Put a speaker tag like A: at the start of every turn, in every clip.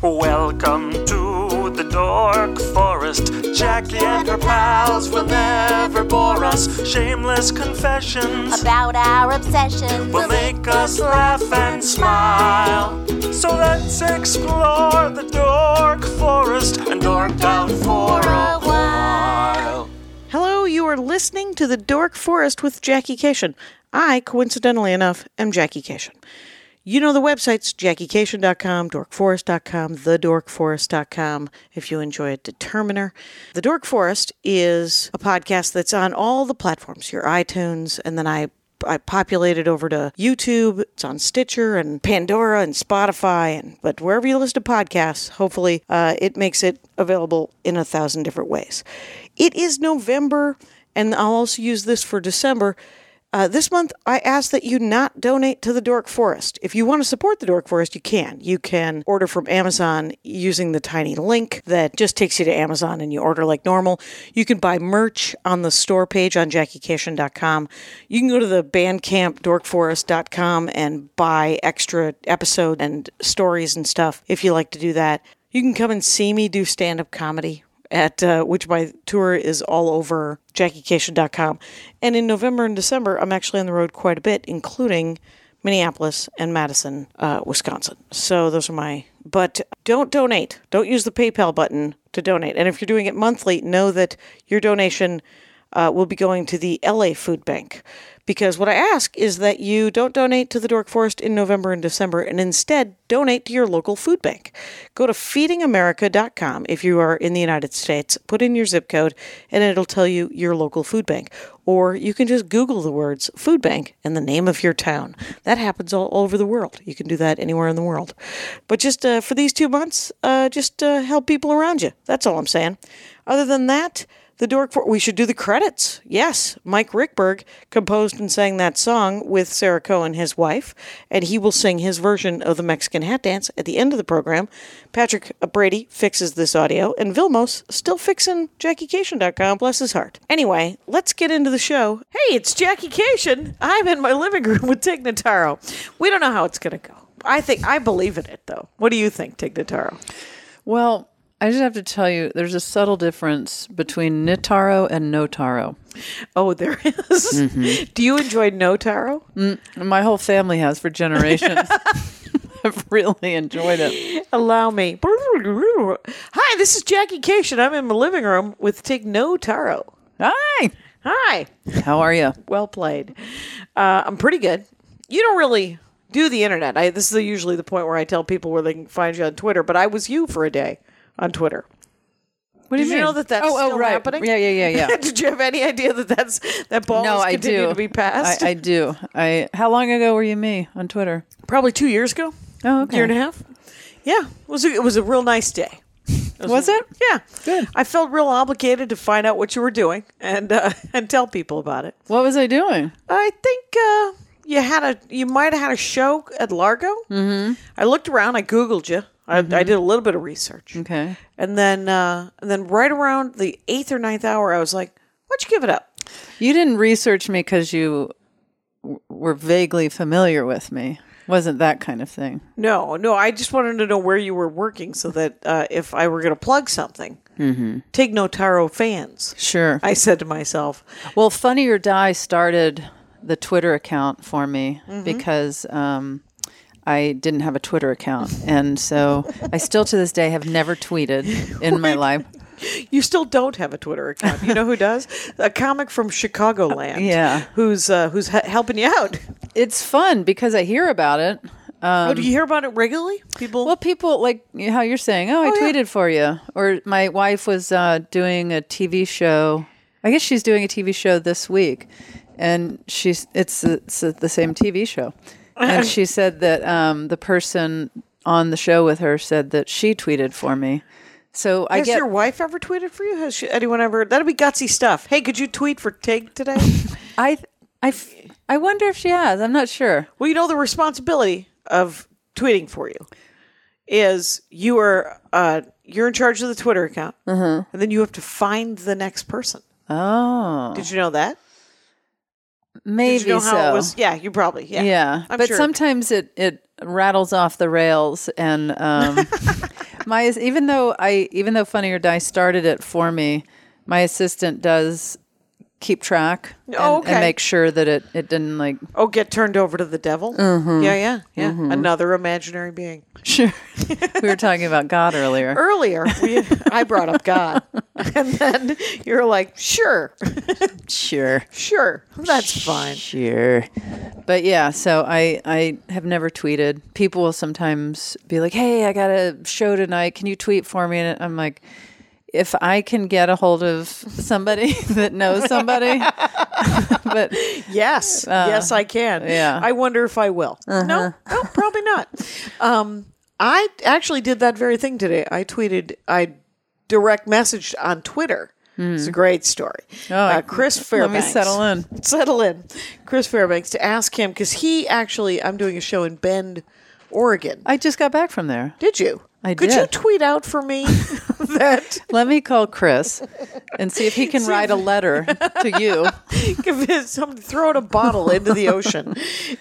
A: Welcome to the Dork Forest. Jackie and her pals will never bore us. Shameless confessions
B: about our obsession.
A: will make us laugh and smile. So let's explore the Dork Forest and dork out for a while.
C: Hello, you are listening to The Dork Forest with Jackie Cation. I, coincidentally enough, am Jackie Cation. You know the websites jackiecation.com, dorkforest.com, thedorkforest.com if you enjoy a determiner. The Dork Forest is a podcast that's on all the platforms, your iTunes, and then I I populated over to YouTube. It's on Stitcher and Pandora and Spotify, and but wherever you listen to podcasts, hopefully uh, it makes it available in a thousand different ways. It is November, and I'll also use this for December. Uh, this month, I ask that you not donate to the Dork Forest. If you want to support the Dork Forest, you can. You can order from Amazon using the tiny link that just takes you to Amazon and you order like normal. You can buy merch on the store page on jackiecation.com. You can go to the Bandcamp dorkforest.com and buy extra episode and stories and stuff if you like to do that. You can come and see me do stand up comedy at uh, which my tour is all over jackiecation.com. And in November and December, I'm actually on the road quite a bit, including Minneapolis and Madison, uh, Wisconsin. So those are my. But don't donate. Don't use the PayPal button to donate. And if you're doing it monthly, know that your donation uh, will be going to the LA Food Bank. Because what I ask is that you don't donate to the Dork Forest in November and December and instead donate to your local food bank. Go to feedingamerica.com if you are in the United States, put in your zip code, and it'll tell you your local food bank. Or you can just Google the words food bank and the name of your town. That happens all over the world. You can do that anywhere in the world. But just uh, for these two months, uh, just uh, help people around you. That's all I'm saying. Other than that, the Dork For- We should do the credits. Yes, Mike Rickberg composed and sang that song with Sarah Cohen, his wife, and he will sing his version of the Mexican hat dance at the end of the program. Patrick Brady fixes this audio, and Vilmos still fixing JackieCation.com. Bless his heart. Anyway, let's get into the show. Hey, it's Jackie Cation. I'm in my living room with Tignataro. We don't know how it's going to go. I think I believe in it though. What do you think, Tignataro?
D: Well, I just have to tell you, there's a subtle difference between Nitaro and Notaro.
C: Oh, there is. Do you enjoy No Taro?
D: My whole family has for generations. I've really enjoyed it.
C: Allow me. Hi, this is Jackie Cation. I'm in my living room with Tig No Taro.
D: Hi,
C: Hi.
D: how are you?
C: Well played. Uh, I'm pretty good. You don't really do the internet. I, this is usually the point where I tell people where they can find you on Twitter, but I was you for a day on Twitter.
D: What
C: Did you, know that that's
D: oh, oh,
C: still
D: right.
C: happening?
D: Yeah, yeah, yeah, yeah.
C: Did you have any idea that that's that ball
D: no,
C: has
D: I
C: continued
D: do.
C: to be passed?
D: I, I do. I. How long ago were you me on Twitter?
C: Probably two years ago.
D: Oh, okay.
C: year and a half. Yeah, it was a, it was a real nice day.
D: Was it?
C: Yeah,
D: Good.
C: I felt real obligated to find out what you were doing and uh, and tell people about it.
D: What was I doing?
C: I think uh, you had a you might have had a show at Largo. Mm-hmm. I looked around. I googled you. I, I did a little bit of research.
D: Okay.
C: And then uh, and then right around the eighth or ninth hour, I was like, "Why don't you give it up?"
D: You didn't research me because you w- were vaguely familiar with me. Wasn't that kind of thing?
C: No, no. I just wanted to know where you were working so that uh, if I were going to plug something, mm-hmm. take no Taro fans.
D: Sure.
C: I said to myself,
D: Well, Funny or Die started the Twitter account for me because um, I didn't have a Twitter account. And so I still to this day have never tweeted in my life.
C: You still don't have a Twitter account. You know who does? A comic from Chicagoland.
D: Yeah.
C: Who's uh, who's he- helping you out?
D: It's fun because I hear about it. Um,
C: oh, do you hear about it regularly? People.
D: well, people like you- how you're saying, oh, I
C: Oh, yeah.
D: tweeted for you. Or my wife was uh, doing a TV show. I guess she's doing a TV show this week. And she's it's, it's the same TV show. And she said that um, the person on the show with her said that she tweeted for me. So I
C: has
D: get
C: your wife ever tweeted for you? Has she, anyone ever? That'd be gutsy stuff. Hey, could you tweet for Tig today?
D: I I f- I wonder if she has. I'm not sure.
C: well, you know the responsibility of tweeting for you is you are uh, you're in charge of the Twitter account,
D: Uh-huh.
C: and then you have to find the next person.
D: Oh,
C: Did you know that?
D: maybe
C: Did you know
D: so.
C: how it was? Yeah, you probably. Yeah,
D: yeah,
C: I'm
D: but
C: sure.
D: sometimes it it rattles off the rails and um, my even though I even though Funny or Die started it for me, my assistant does keep track and,
C: Oh, okay.
D: and make sure that it, it didn't like
C: Oh, get turned over to the devil? Yeah, yeah, yeah. Another imaginary being.
D: Mm-hmm. sure we were talking about God earlier.
C: Earlier, we, I brought up God, and then you're like, "Sure,
D: Sure.
C: sure, that's fine."
D: Sure. But yeah, so I I have never tweeted. People will sometimes be like, "Hey, I got a show tonight. Can you tweet for me?" And I'm like, if I can get a hold of somebody that knows somebody, but
C: Yes, yes, I can.
D: Uh, yeah. Uh-huh.
C: I wonder if I will. No, no, probably not. Um, I actually did that very thing today. I tweeted, I direct messaged on Twitter. It's a great story. Oh, uh, Chris
D: Hmm. let
C: Fairbanks.
D: me settle in.
C: Settle in. Chris Fairbanks to ask him because he actually, I'm doing a show in Bend, Oregon.
D: I just got back from there.
C: did you?
D: I
C: Could you
D: did.
C: tweet out for me that
D: Let me call Chris and see if he can write a letter to you.
C: Give it some throwing a bottle into the ocean,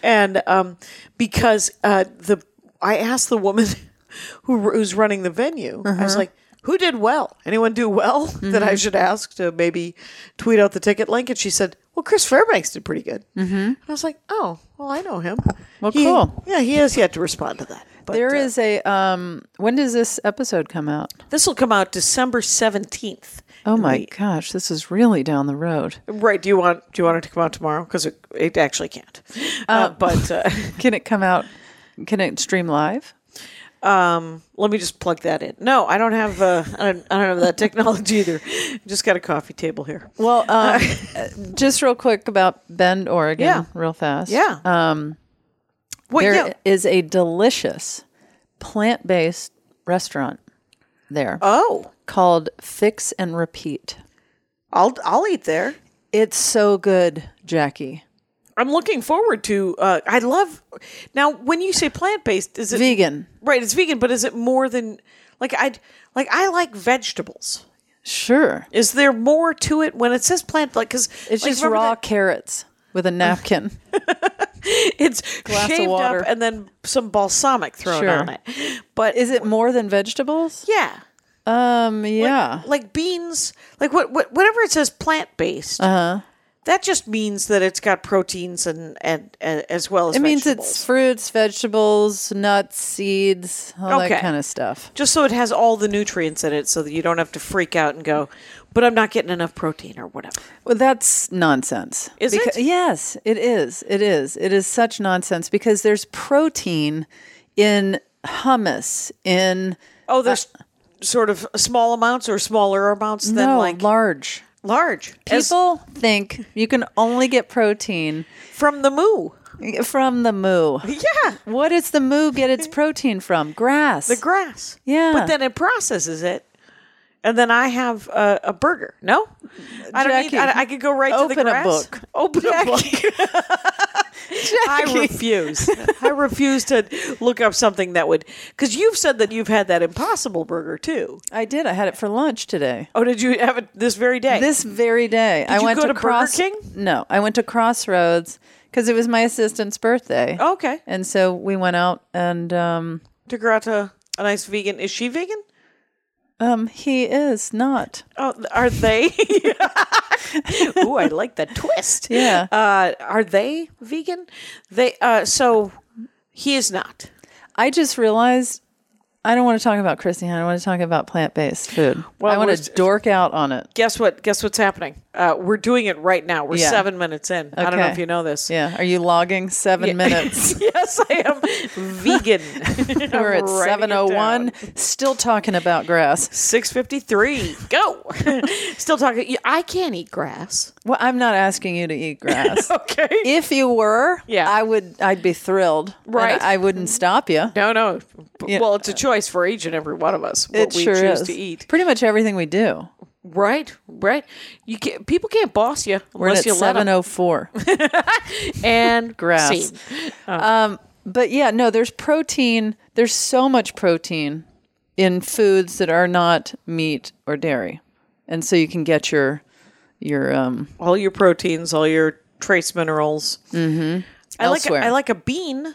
C: and um, because uh, the I asked the woman who who's running the venue, I
D: Uh-huh.
C: was like, "Who did well? Anyone do well that
D: Mm-hmm.
C: I should ask to maybe tweet out the ticket link?" And she said, "Well, Chris Fairbanks did pretty good." Mm-hmm. And I was like, "Oh, well, I know him."
D: Well,
C: He-
D: cool.
C: Yeah, he has yet to respond to that. But,
D: There
C: uh,
D: is a um when does this episode come out?
C: This will come out December seventeenth.
D: Oh my gosh, this is really down the road.
C: Right? Do you want do you want it to come out tomorrow? Because it, it actually can't. Uh,
D: Oh.
C: but. Uh,
D: Can it come out can it stream live?
C: Um, let me just plug that in. No, I don't have. Uh, I, don't, I don't have that technology either. Just got a coffee table here.
D: Well, um, just real quick about Bend, Oregon,
C: Yeah.
D: real fast.
C: Yeah.
D: Um,
C: Well,
D: there is
C: yeah.
D: a delicious plant based restaurant there
C: Oh,
D: called Fix and Repeat.
C: I'll I'll eat there.
D: It's so good, Jackie.
C: I'm looking forward to. Uh, I love. Now, when you say plant based, is it
D: Vegan.
C: Right, it's vegan, but is it more than like I like I like vegetables.
D: Sure.
C: Is there more to it when it says plant? Like because
D: It's just raw carrots with a napkin.
C: it's
D: glass of
C: shaved
D: water.
C: up and then some balsamic thrown
D: Sure.
C: on it. But
D: Is it more than vegetables?
C: yeah,
D: Um, yeah.
C: like beans, like what, what whatever it says plant based.
D: Uh-huh.
C: That just means that it's got proteins and and, and as well as
D: it means it's
C: vegetables.
D: fruits, vegetables, nuts, seeds, all
C: Okay.
D: that kind of stuff.
C: just so it has all the nutrients in it, so that you don't have to freak out and go, but I'm not getting enough protein or whatever.
D: Well, that's nonsense.
C: Is
D: Beca-
C: it?
D: Yes, it is. It is. It is such nonsense because there's protein in hummus, in
C: Oh, there's sort of small amounts or smaller amounts than
D: Uh, no,
C: like
D: large.
C: large As-
D: People think you can only get protein
C: from the moo.
D: from the moo.
C: Yeah,
D: What does the moo get its protein from? Grass.
C: the grass.
D: Yeah.
C: but then it processes it. And then I have a, a burger. No, I don't need.
D: Jackie,
C: I, I could go right to
D: open
C: the
D: a
C: grass.
D: book.
C: Open a book. I refuse. I refuse to look up something that would because you've said that you've had that impossible burger too.
D: I did. I had it for lunch today.
C: Oh, did you have it this very day?
D: This very day, I
C: you
D: went
C: go to
D: to
C: Burger
D: Cross-
C: King?
D: No, I went to Crossroads because it was my assistant's birthday.
C: okay.
D: And so we went out and um
C: Took her out to a nice vegan. Is she vegan?
D: um he is not.
C: Oh, are they? Ooh, I like that twist.
D: Yeah.
C: Uh, are they vegan? They uh, so he is not.
D: I just realized I don't want to talk about Christian. I want to talk about plant-based food. Well, I want
C: we're-
D: to dork out on it.
C: Guess what? Guess what's happening? Uh, we're doing it right now. We're
D: Yeah.
C: seven minutes in. I don't know
D: Okay.
C: if you know this.
D: Yeah, are you logging 7 minutes?
C: yes, I am vegan.
D: We're at
C: I'm writing it down.
D: 7:01 still talking about grass.
C: 653. Go. Still talking. yeah, I can't eat grass.
D: Well, I'm not asking you to eat grass.
C: Okay.
D: If you were,
C: Yeah.
D: I would I'd be thrilled. and
C: Right.
D: I wouldn't stop you.
C: no, no.
D: Yeah.
C: Well, it's a choice for each and every one of us what
D: it
C: we
D: sure
C: choose
D: is.
C: to eat.
D: Pretty much everything we do.
C: Right, right. You can't, people can't boss you
D: We're in
C: unless
D: at
C: you let them.
D: 7:04.
C: And
D: grass.
C: scene.
D: But yeah, no, there's protein. There's so much protein in foods that are not meat or dairy, and so you can get your your um.
C: All your proteins, all your trace minerals. Mm-hmm. Oh. I like. A,
D: Elsewhere.
C: I like a bean.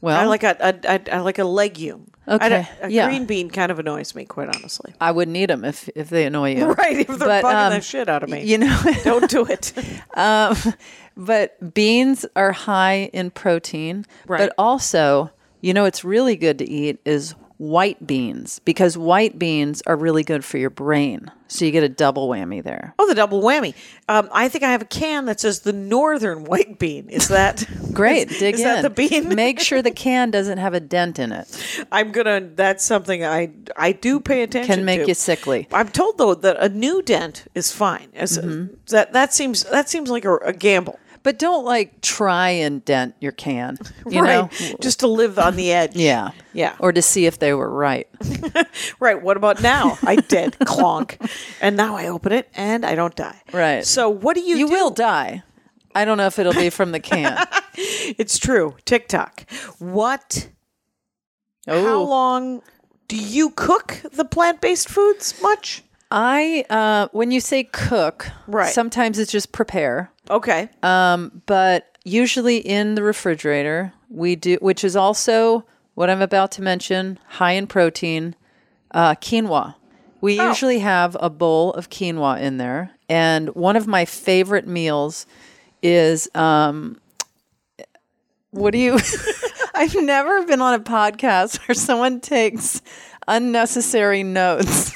D: Well,
C: I like a, a, a I like a legume. I
D: Okay,
C: don't- a
D: yeah.
C: green bean kind of annoys me, quite honestly.
D: I wouldn't eat them if if they annoy you.
C: Right, if they're
D: But,
C: bugging
D: um,
C: the shit out of me.
D: You know,
C: don't do it.
D: Um, but beans are high in protein.
C: Right.
D: But also, you know, it's really good to eat is white beans because white beans are really good for your brain. So you get a double whammy there.
C: Oh, the double whammy. Um, I think I have a can that says the northern white bean. Is that
D: Great, dig
C: is
D: in.
C: that the bean?
D: Make sure the can doesn't have a dent in it.
C: I'm gonna. That's something I I do pay attention.
D: Can make
C: to.
D: you sickly.
C: I'm told though that a new dent is fine. As
D: Mm-hmm.
C: that that seems that seems like a, a gamble,
D: But don't like try and dent your can. You
C: right?
D: know?
C: Just to live on the edge.
D: Yeah.
C: Yeah.
D: Or to see if they were right.
C: Right. What about now? I did clonk, and now I open it and I don't die.
D: Right.
C: So what do you?
D: You
C: do?
D: will die. I don't know if it'll be from the can.
C: It's true. TikTok. What? How
D: Oh.
C: long do you cook the plant-based foods? Much.
D: I uh, when you say cook,
C: Right.
D: Sometimes it's just prepare,
C: Okay.
D: um, but usually in the refrigerator we do, which is also what I'm about to mention, high in protein, uh, quinoa. We
C: Oh.
D: usually have a bowl of quinoa in there, and one of my favorite meals is um, what do you? I've never been on a podcast where someone takes unnecessary notes.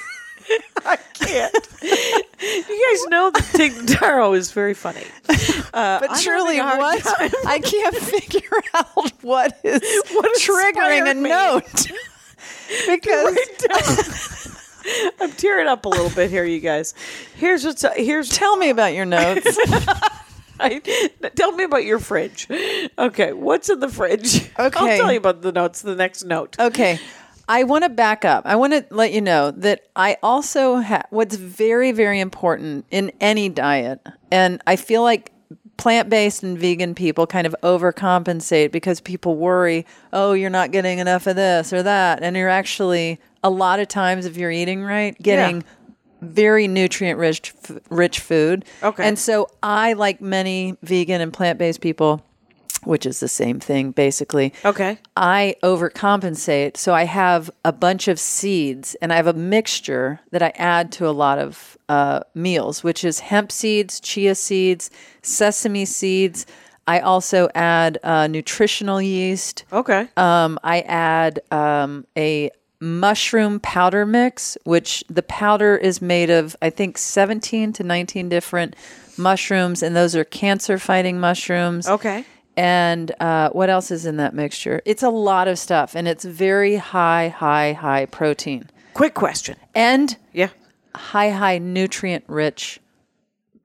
C: I can't. you guys know that Tig Taro is very funny. Uh,
D: But
C: I'm
D: surely,
C: having a hard
D: what
C: time.
D: I can't figure out what is
C: What
D: triggering a
C: inspired me?
D: note because
C: I'm tearing up a little bit here, you guys. Here's what's here's.
D: tell me about your notes.
C: I, tell me about your fridge. Okay, what's in the fridge? I'll
D: Okay. Oh.
C: tell you about the notes. The next note.
D: okay, I want to back up. I want to let you know that I also ha- what's very very important in any diet, and I feel like plant-based and vegan people kind of overcompensate because people worry, oh, you're not getting enough of this or that, and you're actually a lot of times if you're eating right, getting very nutrient rich f- rich food.
C: Okay.
D: And so I like many vegan and plant-based people, which is the same thing basically.
C: Okay.
D: I overcompensate, so I have a bunch of seeds and I have a mixture that I add to a lot of uh, meals, which is hemp seeds, chia seeds, sesame seeds. I also add uh, nutritional yeast.
C: Okay.
D: Um, I add um, a mushroom powder mix, which the powder is made of, I think, 17 to 19 different mushrooms, and those are cancer fighting mushrooms.
C: Okay.
D: And uh, what else is in that mixture? It's a lot of stuff, and it's very high, high, high protein
C: Quick question.
D: and
C: Yeah.
D: high, high nutrient rich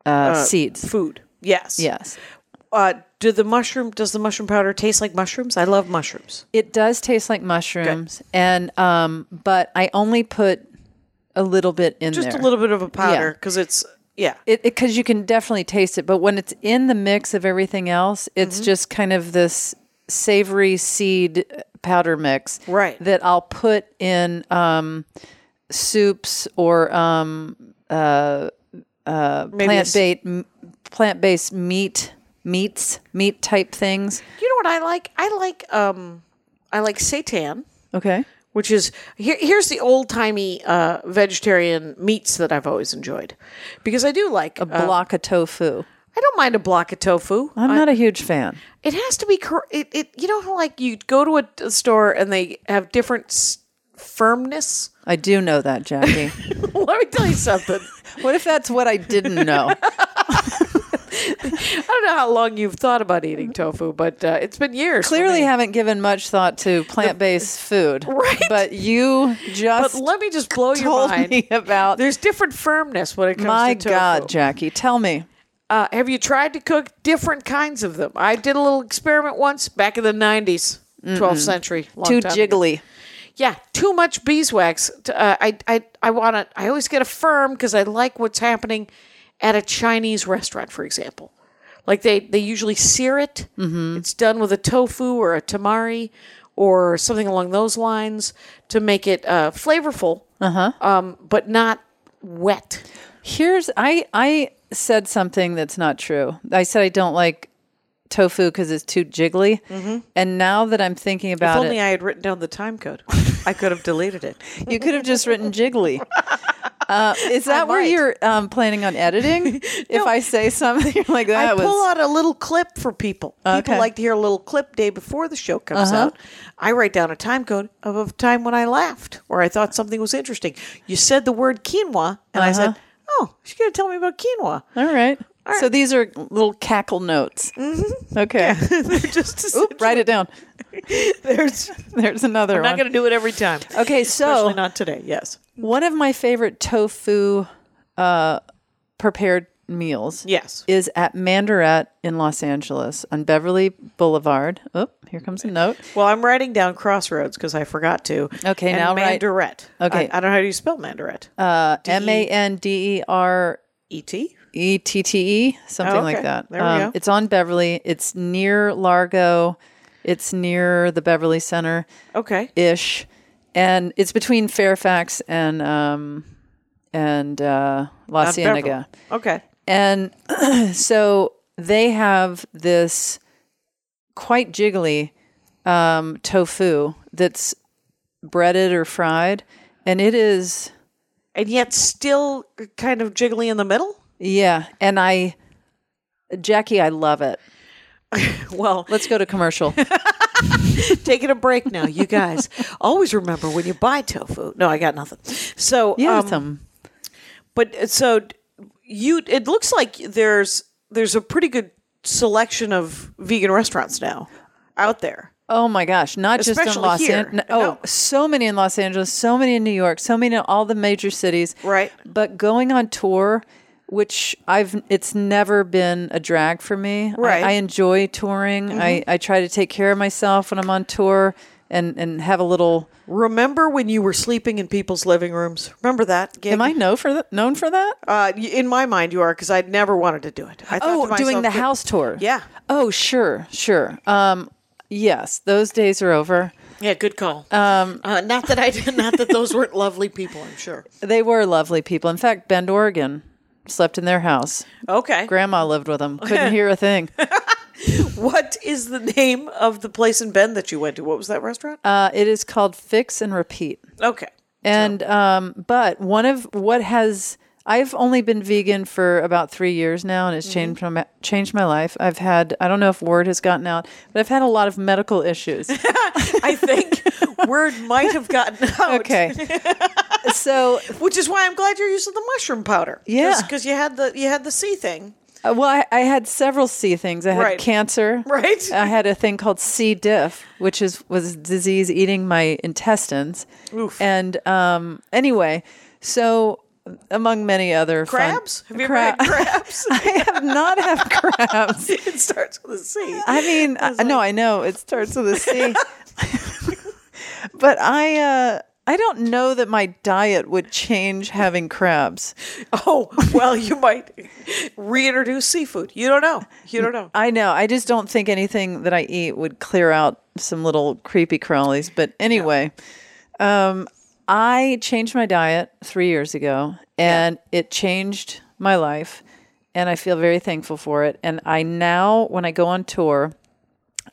D: uh, seeds.
C: Food. Yes.
D: Yes.
C: Uh, do the mushroom? Does the mushroom powder taste like mushrooms? I love mushrooms.
D: It does taste like mushrooms, and um, but I only put a little bit in
C: Just
D: there.
C: a little bit of a powder because it's yeah.
D: It because you can definitely taste it, but when it's in the mix of everything else, it's just kind of this savory seed uh, powder mix,
C: Right.
D: That I'll put in um, soups or um,
C: Maybe
D: plant
C: it's-
D: based plant based meat meats meat type things.
C: You know what I like? I like um I like seitan,
D: Okay,
C: which is here, here's the old timey uh, vegetarian meats that I've always enjoyed because I do like.
D: a block of tofu.
C: I don't mind a block of tofu.
D: I'm not a huge fan.
C: It has to be cor- it, it. You know how like you go to a, a store and they have different s- firmness.
D: I do know that, Jackie.
C: Let me tell you something.
D: what if that's what I didn't know?
C: I don't know how long you've thought about eating tofu, but uh, it's been years. for
D: clearly
C: me.
D: haven't given much thought to plant-based food
C: Right.
D: but you
C: But
D: just
C: let me just blow your
D: told
C: mind.
D: me about
C: There's different firmness when it comes
D: my
C: to tofu.
D: god jackie tell me
C: Uh, have you tried to cook different kinds of them? I did a little experiment once back in the 90s, 12th century. long
D: too
C: time ago.
D: jiggly
C: Yeah, too much beeswax. T- Uh, I, I, I want to, I always get a firm because I like what's happening at a Chinese restaurant, for example. Like they, they usually sear it.
D: Mm-hmm.
C: It's done with a tofu or a tamari or something along those lines to make it uh, flavorful, uh-huh. um, but not wet.
D: here's i i said something that's not true i said i don't like tofu because it's too jiggly. And now that I'm thinking
C: If
D: about
C: only
D: it,
C: I had written down the time code, I could have deleted it.
D: you could have just written jiggly. Uh, is that where
C: might.
D: you're um, planning on editing? If I say something, you're like that
C: I
D: was.
C: pull out a little clip for people. People
D: Okay.
C: like to hear a little clip day before the show comes
D: Uh-huh.
C: out. I write down a time code of a time when I laughed or I thought something was interesting. You said the word quinoa, and I said,
D: Uh-huh.
C: "Oh, she's going to tell me about quinoa."
D: All right. Mm-hmm. So these are little cackle notes. Okay.
C: They're just
D: Oop, write it down.
C: there's.
D: There's Oh. another
C: I'm
D: one.
C: not going to do it every time.
D: okay, so
C: Especially not today. Yes.
D: one of my favorite tofu uh, prepared meals
C: Yes.
D: is at Mandarat in Los Angeles on Beverly Boulevard. Oh, here comes a note.
C: Well, I'm writing down crossroads because I forgot to.
D: Okay,
C: and
D: now write-
C: Mandaret.
D: Okay. Uh,
C: I, I don't know how do you spell Mandaret.
D: M A N D E R
C: E T.
D: E T T E, something
C: Oh,
D: like
C: okay.
D: that. Um,
C: There we go.
D: It's on Beverly. It's near Largo. It's near the Beverly Center
C: Okay.
D: ish, and it's between Fairfax and um, and uh, La
C: Not Beverly.
D: Cienega.
C: Okay.
D: And so they have this quite jiggly um, tofu that's breaded or fried. And it is,
C: And yet still kind of jiggly in the middle.
D: yeah. And I, Jackie, I love it.
C: Well,
D: Let's go to commercial.
C: taking a break now, you guys. Always remember when you buy tofu. No, I got nothing. So
D: Yeah,
C: um, but uh, so d- you. It looks like there's there's a pretty good selection of vegan restaurants now out there.
D: Oh my gosh, not just in
C: Especially
D: Los
C: here.
D: Angeles. Oh,
C: No.
D: so many in Los Angeles, so many in New York, so many in all the major cities.
C: Right.
D: But going on tour, which I've it's never been a drag for me. I-
C: Right. Mm-hmm.
D: I, enjoy touring. I, I try to take care of myself when I'm on tour and and have a little
C: Remember when you were sleeping in people's living rooms? Remember that? Gig?
D: Am I know for th- known for that?
C: Uh, y- in my mind, you are because I'd never wanted to do it. I thought
D: oh,
C: to myself
D: doing the
C: that-
D: house tour.
C: Yeah.
D: Oh, sure, sure. Um yes, those days are over.
C: Yeah, good call. Um, uh, not that I did. Not that those weren't lovely people. I'm sure.
D: They were lovely people. In fact, Bend, Oregon, slept in their house.
C: Okay.
D: Grandma lived with them. Couldn't hear a thing.
C: What is the name of the place in Bend that you went to? What was that restaurant?
D: Uh, it is called Fix and Repeat.
C: okay.
D: And um, but one of what has I've only been vegan for about three years now, and it's changed my changed my life. I've had I don't know if word has gotten out, but I've had a lot of medical issues.
C: I think word might have gotten out.
D: okay, so
C: Which is why I'm glad you're using the mushroom powder.
D: Yeah.
C: Because you had the you had the C thing.
D: uh, well, I, I had several C things. I had
C: Right.
D: cancer.
C: Right.
D: I had a thing called C. diff, which is was disease eating my intestines.
C: Oof.
D: And um, anyway, so among many other fun-
C: Crabs? Have you ever
D: Crab-
C: had crabs?
D: I have not had crabs.
C: it starts with a C.
D: I mean, I, no, I know it starts with a C, but I uh, I don't know that my diet would change having crabs.
C: Oh, well, you might reintroduce seafood. You don't know. You don't know.
D: I know. I just don't think anything that I eat would clear out some little creepy crawlies. But anyway, um, I changed my diet three years ago and it changed my life. And I feel very thankful for it. And I now, when I go on tour,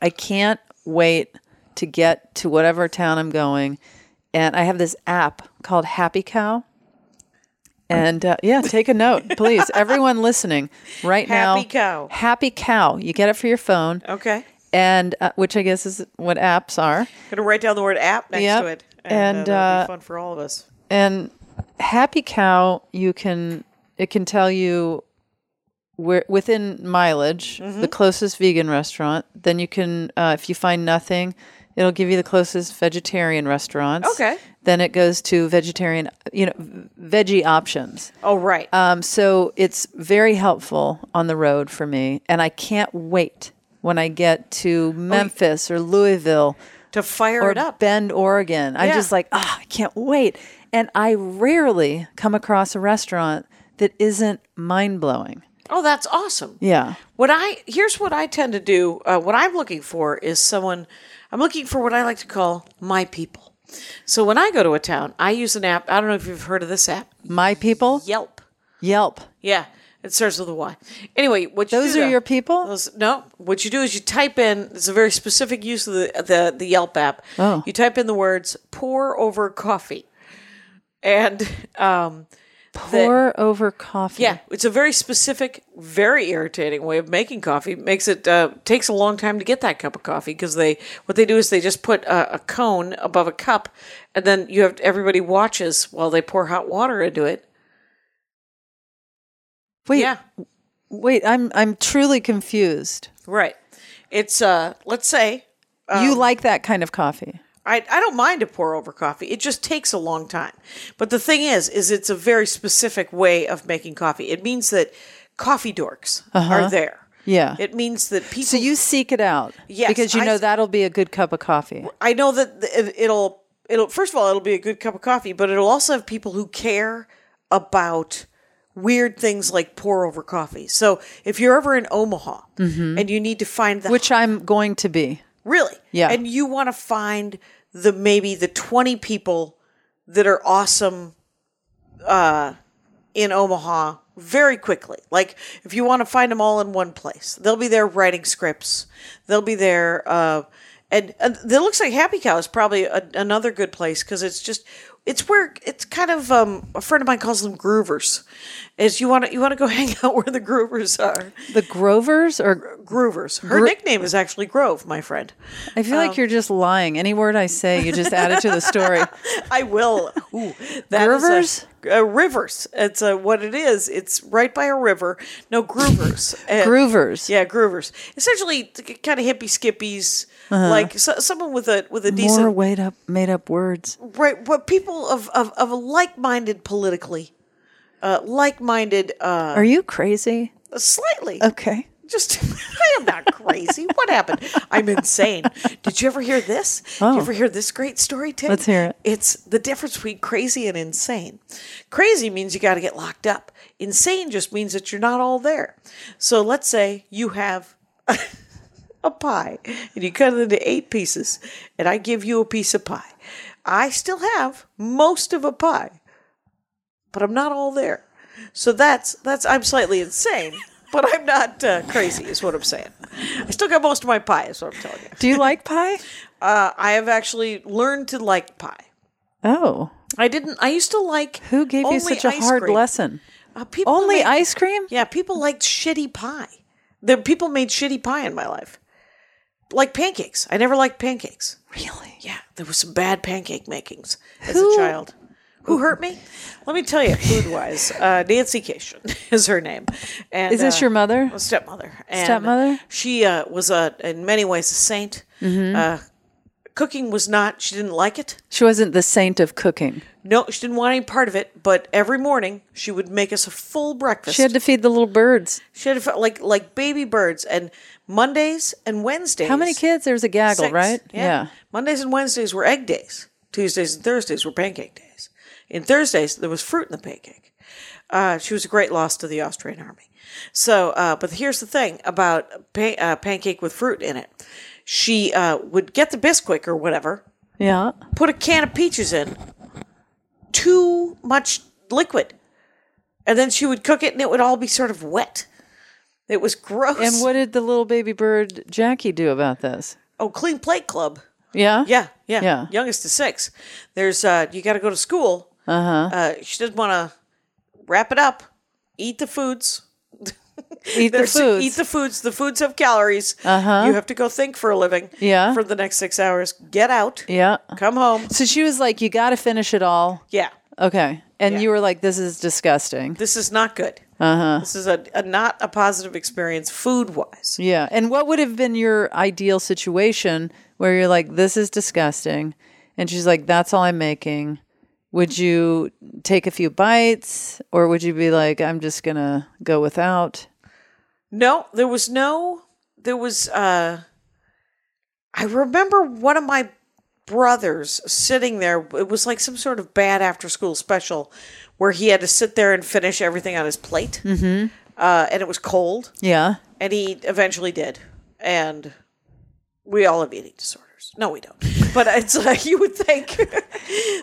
D: I can't wait to get to whatever town I'm going. And I have this app called Happy Cow. And uh, yeah, take a note, please. Everyone listening right now.
C: Happy Cow.
D: Happy Cow. You get it for your phone,
C: Okay.
D: and uh, which I guess is what apps are.
C: Gonna write down the word app next
D: Yep.
C: to it.
D: And,
C: uh, that'll
D: uh,
C: be fun for all of us.
D: And Happy Cow, you can it can tell you where within mileage the closest vegan restaurant. Then you can, uh, if you find nothing, it'll give you the closest vegetarian restaurants.
C: Okay.
D: Then it goes to vegetarian, you know, veggie options.
C: Oh right.
D: Um, so it's very helpful on the road for me, and I can't wait when I get to Memphis or Louisville
C: to fire
D: or
C: it up.
D: Bend, Oregon. I'm
C: Yeah.
D: just like, ah, I can't wait. And I rarely come across a restaurant that isn't mind blowing.
C: Oh, that's awesome.
D: Yeah.
C: What I here's what I tend to do. Uh, what I'm looking for is someone. I'm looking for what I like to call my people. So when I go to a town, I use an app. I don't know if you've heard of this app,
D: My people,
C: Yelp.
D: Yelp.
C: Yeah, It starts with a Y. Anyway, what you
D: Those
C: do
D: are
C: though-
D: your people?
C: Those, no, what you do is you type in. It's a very specific use of the the, the Yelp app.
D: Oh.
C: You type in the words "pour over coffee," and um, the-
D: Pour over coffee.
C: yeah, it's a very specific, very irritating way of making coffee. It Makes it uh, takes a long time to get that cup of coffee because they what they do is they just put a, a cone above a cup, and then you have everybody watches while they pour hot water into it.
D: Wait,
C: Yeah,
D: wait. I'm I'm truly confused.
C: right. It's uh, let's say Um,
D: you like that kind of coffee?
C: I, I don't mind a pour over coffee. It just takes a long time. But the thing is, is it's a very specific way of making coffee. It means that coffee dorks are there.
D: Uh-huh. Yeah.
C: It means that people.
D: so you seek it out.
C: Yes,
D: Because you
C: I-
D: know that'll be a good cup of coffee.
C: I know that th- it- it'll it'll first of all it'll be a good cup of coffee, but it'll also have people who care about weird things like pour over coffee. So if you're ever in Omaha and you need to find the
D: Which I'm going to be.
C: Really?
D: Yeah.
C: And you want to find the maybe the 20 people that are awesome uh, in Omaha very quickly. Like, if you want to find them all in one place, they'll be there writing scripts. They'll be there. Uh, and, and it looks like Happy Cow is probably a, another good place because it's just. It's where it's kind of um, a friend of mine calls them groovers. Is you want to you want to go hang out where the groovers are?
D: The Grovers or
C: Groovers. Her nickname is actually Grove, my friend.
D: I feel
C: Um,
D: like you're just lying. Any word I say, you just add it to the story.
C: I will. Ooh, that is a-
D: Groovers?
C: uh, rivers. It's uh what it is. It's right by a river. No groovers. Uh,
D: Groovers.
C: Yeah, groovers. Essentially, kind of hippie skippies, like so, someone with a with a
D: More
C: decent
D: made up made up words.
C: right. What people of of, of like minded politically, uh, like minded uh,
D: Are you crazy?
C: slightly.
D: Okay.
C: just I am not crazy. what happened? I'm insane. Did you ever hear this? Did
D: Oh.
C: you ever hear this great story, Tim?
D: Let's hear it.
C: It's the difference between crazy and insane. Crazy means you got to get locked up. Insane just means that you're not all there. So let's say you have a pie and you cut it into eight pieces, and I give you a piece of pie. I still have most of a pie, but I'm not all there. So that's that's I'm slightly insane, but I'm not uh, crazy, is what I'm saying. I still got most of my pie, is what I'm telling you.
D: Do you like pie?
C: Uh, I have actually learned to like pie.
D: Oh.
C: I didn't. I used to like.
D: Who gave you
C: only
D: such a
C: ice
D: hard
C: cream.
D: lesson?
C: Uh, people
D: Only
C: made-
D: ice cream?
C: Yeah, people liked shitty pie. The people made shitty pie in my life, like pancakes. I never liked pancakes.
D: Really?
C: Yeah, there was some bad pancake makings as
D: Who-
C: a child. Who hurt me? Let me tell you, food wise, uh, Nancy Cation is her name. And,
D: Is this
C: uh,
D: your mother?
C: Stepmother. And
D: Stepmother? Mm-hmm.
C: She uh, was uh, in many ways a saint. Uh, cooking was not. She didn't like it.
D: She wasn't the saint of cooking.
C: No, she didn't want any part of it. But every morning she would make us a full breakfast.
D: She had to feed the little birds.
C: She had a- like like baby birds. And Mondays and Wednesdays.
D: How many kids? There was a gaggle,
C: Six,
D: right?
C: Yeah. Mondays and Wednesdays were egg days. Tuesdays and Thursdays were pancake days. In Thursdays, there was fruit in the pancake. Uh, she was a great loss to the Austrian army. So, uh, but here's the thing about pa- uh, pancake with fruit in it. She uh, would get the Bisquick or whatever,
D: Yeah.
C: put a can of peaches in, too much liquid, and then she would cook it, and it would all be sort of wet. It was gross.
D: And what did the little baby bird Jackie do about this?
C: Oh, clean plate club.
D: Yeah?
C: Yeah, yeah,
D: Yeah.
C: Youngest is six. There's uh, you got to go to school. Uh-huh. She doesn't want to wrap it up. Eat the foods.
D: Eat the
C: There's-
D: foods.
C: Eat the foods. The foods have calories. Uh-huh. You have to go think for a living.
D: Yeah.
C: For the next six hours, get out.
D: yeah.
C: Come home.
D: So she was like, You gotta finish it all.
C: Yeah.
D: Okay. And
C: Yeah.
D: you were like, This is disgusting.
C: This is not good. Uh-huh. This is a, a not a positive experience food wise.
D: Yeah. And what would have been your ideal situation where you're like, This is disgusting? And she's like, That's all I'm making. Would you take a few bites or would you be like, I'm just gonna go without?
C: No, there was no there was uh I remember one of my brothers sitting there it was like some sort of bad after school special where he had to sit there and finish everything on his plate. Mm-hmm. Uh and it was cold
D: Yeah.
C: and he eventually did. And we all have eating disorders. No, we don't. But it's uh, you would think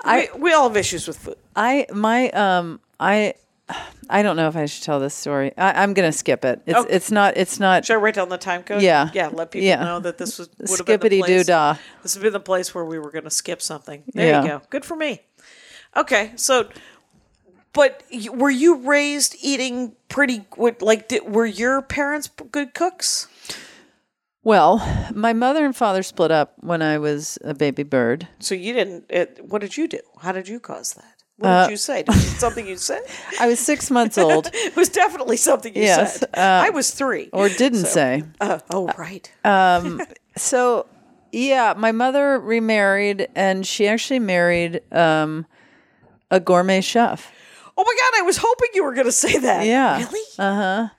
C: I we, we all have issues with food.
D: I my um I I don't know if I should tell this story. I, I'm gonna skip it. It's it's not it's not
C: Should I write down the time code?
D: Yeah.
C: Yeah. Let people
D: Yeah.
C: know that this was would have been the
D: skippity doo
C: place-
D: dah.
C: This would be the place where we were going to skip something. There you
D: Yeah.
C: go. Good for me. Okay. So, but y- were you raised eating pretty? would- Like, did, were your parents p- good cooks?
D: Well, my mother and father split up when I was a baby bird.
C: So you didn't. It, what did you do? How did you cause that? What
D: Uh,
C: did you say? Did it something you said?
D: I was six months old,
C: It was definitely something you
D: Yes,
C: said.
D: uh,
C: I was three.
D: or didn't say.
C: Uh, oh, right.
D: So, yeah, my mother remarried, and she actually married um, a gourmet chef.
C: oh my God! I was hoping you were going to say that.
D: Yeah. Uh,
C: Really?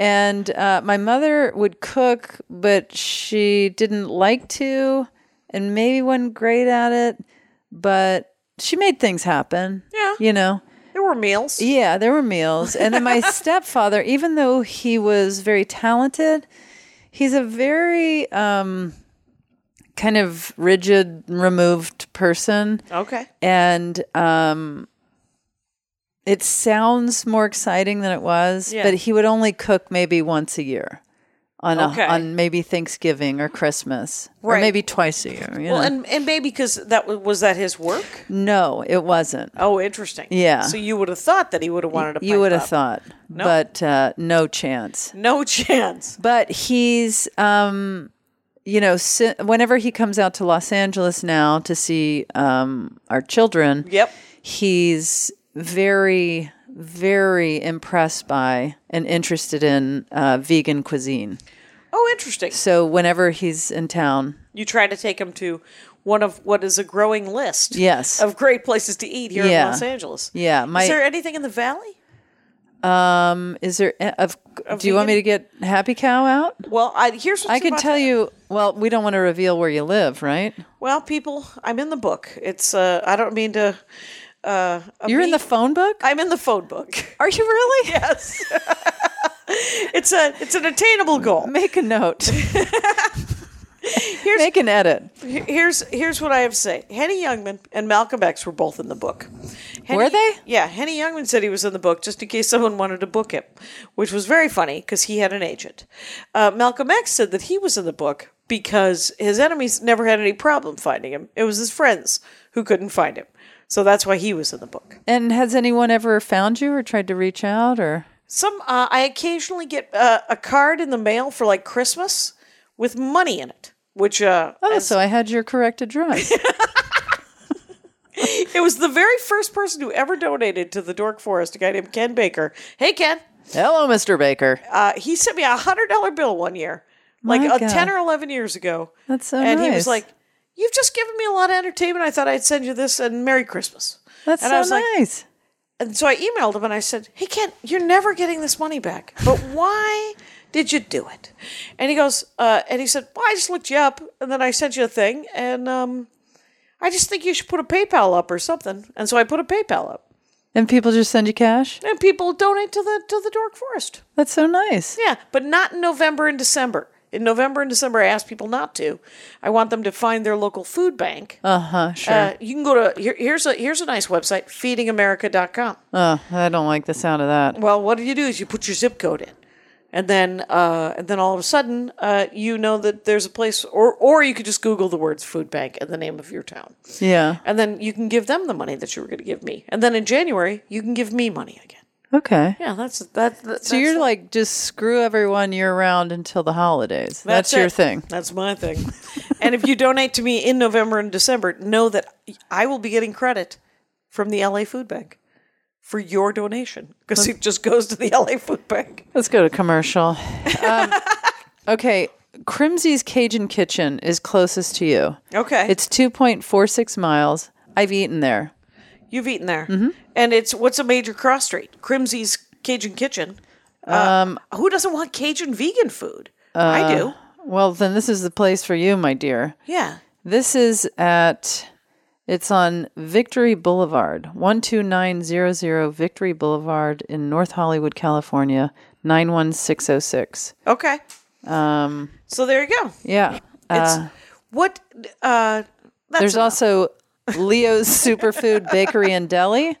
D: And uh, my mother would cook, but she didn't like to, and maybe wasn't great at it. But she made things happen.
C: Yeah.
D: you know.
C: there were meals.
D: Yeah, there were meals. And then my stepfather, even though he was very talented, he's a very um, kind of rigid, removed person.
C: Okay.
D: And um, it sounds more exciting than it was,
C: Yeah.
D: but he would only cook maybe once a year. On, a,
C: Okay.
D: on maybe Thanksgiving or Christmas,
C: Right.
D: or maybe twice a year. you
C: Well,
D: know.
C: and and maybe because that wa- was that his work.
D: no, it wasn't.
C: Oh, interesting.
D: Yeah.
C: So you would have thought that he would have wanted to.
D: You
C: pipe
D: would have
C: up.
D: thought, but uh, no chance.
C: No chance.
D: but he's um you know si- whenever he comes out to los angeles now to see um our children
C: Yep.
D: he's very very impressed by and interested in uh, vegan cuisine
C: Oh, interesting.
D: so whenever he's in town
C: You try to take him to one of what is a growing list.
D: Yes.
C: Of great places to eat here
D: Yeah.
C: in Los Angeles.
D: yeah my
C: is there anything in the valley?
D: um is there uh, of, do you want me
C: vegan-
D: to get happy cow out
C: Well, I here's what's
D: i can
C: about
D: tell
C: that.
D: you well we don't want to reveal where you live right
C: Well, people, I'm in the book. It's uh, I don't mean to. Uh,
D: you're in the phone book
C: I'm in the phone book.
D: are you really
C: Yes. it's a it's an attainable goal.
D: make a note make an edit
C: Here's here's what I have to say. Henny Youngman and Malcolm X were both in the book. Henny-
D: Were they?
C: Yeah, Henny Youngman said he was in the book just in case someone wanted to book him, which was very funny because he had an agent. Uh, Malcolm X said that he was in the book because his enemies never had any problem finding him. It was his friends who couldn't find him, so that's why he was in the book.
D: And has anyone ever found you or tried to reach out or?
C: Some uh, I occasionally get uh, a card in the mail for like Christmas with money in it, which uh,
D: Oh, so I had your correct address.
C: It was the very first person who ever donated to the Dork Forest, a guy named Ken Baker. Hey, Ken.
D: Hello, Mr. Baker.
C: Uh, he sent me a $100 bill one year, like
D: My
C: uh,
D: God.
C: 10 or 11 years ago.
D: That's so
C: And he
D: nice.
C: was like, You've just given me a lot of entertainment. I thought I'd send you this and Merry Christmas.
D: That's
C: and
D: so
C: I was like-
D: nice.
C: And so I emailed him and I said, Hey, Ken, you're never getting this money back. But why did you do it? And he goes, uh, And he said, Well, I just looked you up and then I sent you a thing. And um, I just think you should put a PayPal up or something. And so I put a PayPal up.
D: and people just send you cash?
C: and people donate to the to the Dork Forest.
D: That's so nice.
C: Yeah, but not in November and December. In November and December, I ask people not to. I want them to find their local food bank.
D: Uh huh, sure.
C: Uh, you can go to here, here's a here's a nice website, feedingamerica.com.
D: oh, I don't like the sound of that.
C: Well, what do you do is you put your zip code in, and then uh, and then all of a sudden uh, you know that there's a place, or or you could just Google the words food bank and the name of your town,
D: Yeah.
C: and then you can give them the money that you were going to give me, and then in January you can give me money again.
D: Okay.
C: Yeah, that's that. that
D: So you're like just screw everyone year round until the holidays. That's, your
C: it.
D: thing.
C: That's my thing. and if you donate to me in November and December, know that I will be getting credit from the LA Food Bank for your donation because it just goes to the LA Food Bank.
D: Let's go to commercial. Um, okay, Crimsey's Cajun Kitchen is closest to you.
C: Okay.
D: It's 2.46 miles. I've eaten there.
C: You've eaten there.
D: Mm-hmm.
C: And it's what's a major cross street? Crimsey's Cajun Kitchen. Um, who doesn't want Cajun vegan food?
D: Uh,
C: I do.
D: Well, then this is the place for you, my dear.
C: Yeah.
D: This is at it's on Victory Boulevard, 12900 Victory Boulevard in North Hollywood, California, 91606.
C: Okay.
D: Um,
C: So there you go.
D: yeah.
C: It's
D: Uh,
C: what uh that's
D: there's
C: enough.
D: also Leo's Superfood Bakery and Deli.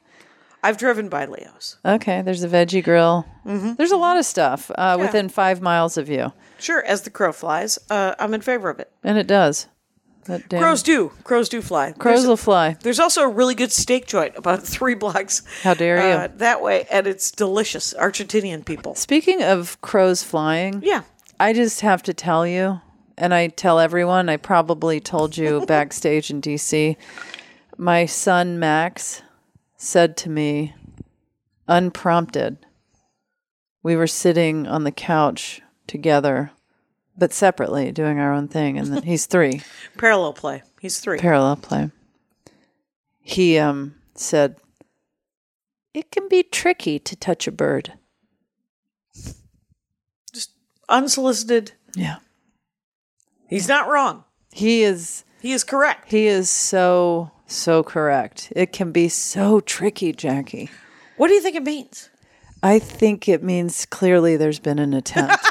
C: I've driven by Leo's.
D: Okay, there's a veggie grill.
C: Mm-hmm.
D: There's a lot of stuff uh, within five miles of you,
C: Sure, as the crow flies, uh, I'm in favor of it.
D: and it does. That damn
C: Crows do. Crows do fly.
D: crows
C: There's-
D: will fly.
C: There's also a really good steak joint about three blocks.
D: How dare you.
C: Uh, that way, and it's delicious. Argentinian people.
D: Speaking of crows flying,
C: Yeah.
D: I just have to tell you, and I tell everyone, I probably told you backstage in DC, my son Max said to me, unprompted, we were sitting on the couch together, but separately doing our own thing. And then he's three,
C: Parallel play. He's three.
D: parallel play. He um, said, It can be tricky to touch a bird.
C: Just unsolicited.
D: Yeah.
C: He's not wrong.
D: He is.
C: He is correct.
D: He is so, so correct. It can be so tricky, Jackie.
C: What do you think it means?
D: I think it means clearly there's been an attempt.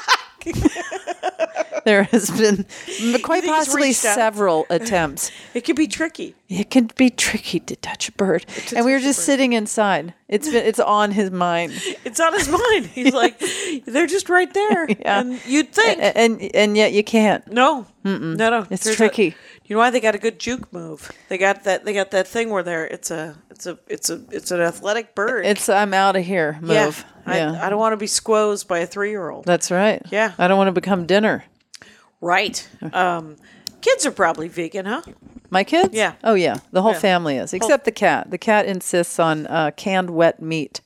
D: there has been m- quite
C: think he's
D: possibly
C: reached out?
D: several attempts.
C: It could be tricky.
D: It can be tricky to touch a bird. and we were just sitting inside. It's been, it's on his mind.
C: It's on his mind. He's like, they're just right there.
D: Yeah.
C: And you'd think.
D: A- And and yet you can't.
C: no. No, no.
D: It's
C: There's a-
D: tricky.
C: you know why they got a good juke move? They got that they got that thing where they're it's a it's a it's a it's an athletic bird.
D: It's I'm out of here
C: yeah.
D: move. Yeah.
C: I, I don't want to be squozed by a three year old.
D: That's right.
C: Yeah.
D: I don't want to become dinner.
C: Right. Um, kids are probably vegan, huh?
D: My kids?
C: Yeah.
D: Oh yeah, the whole family is, except the cat. The cat insists on uh, canned wet meat.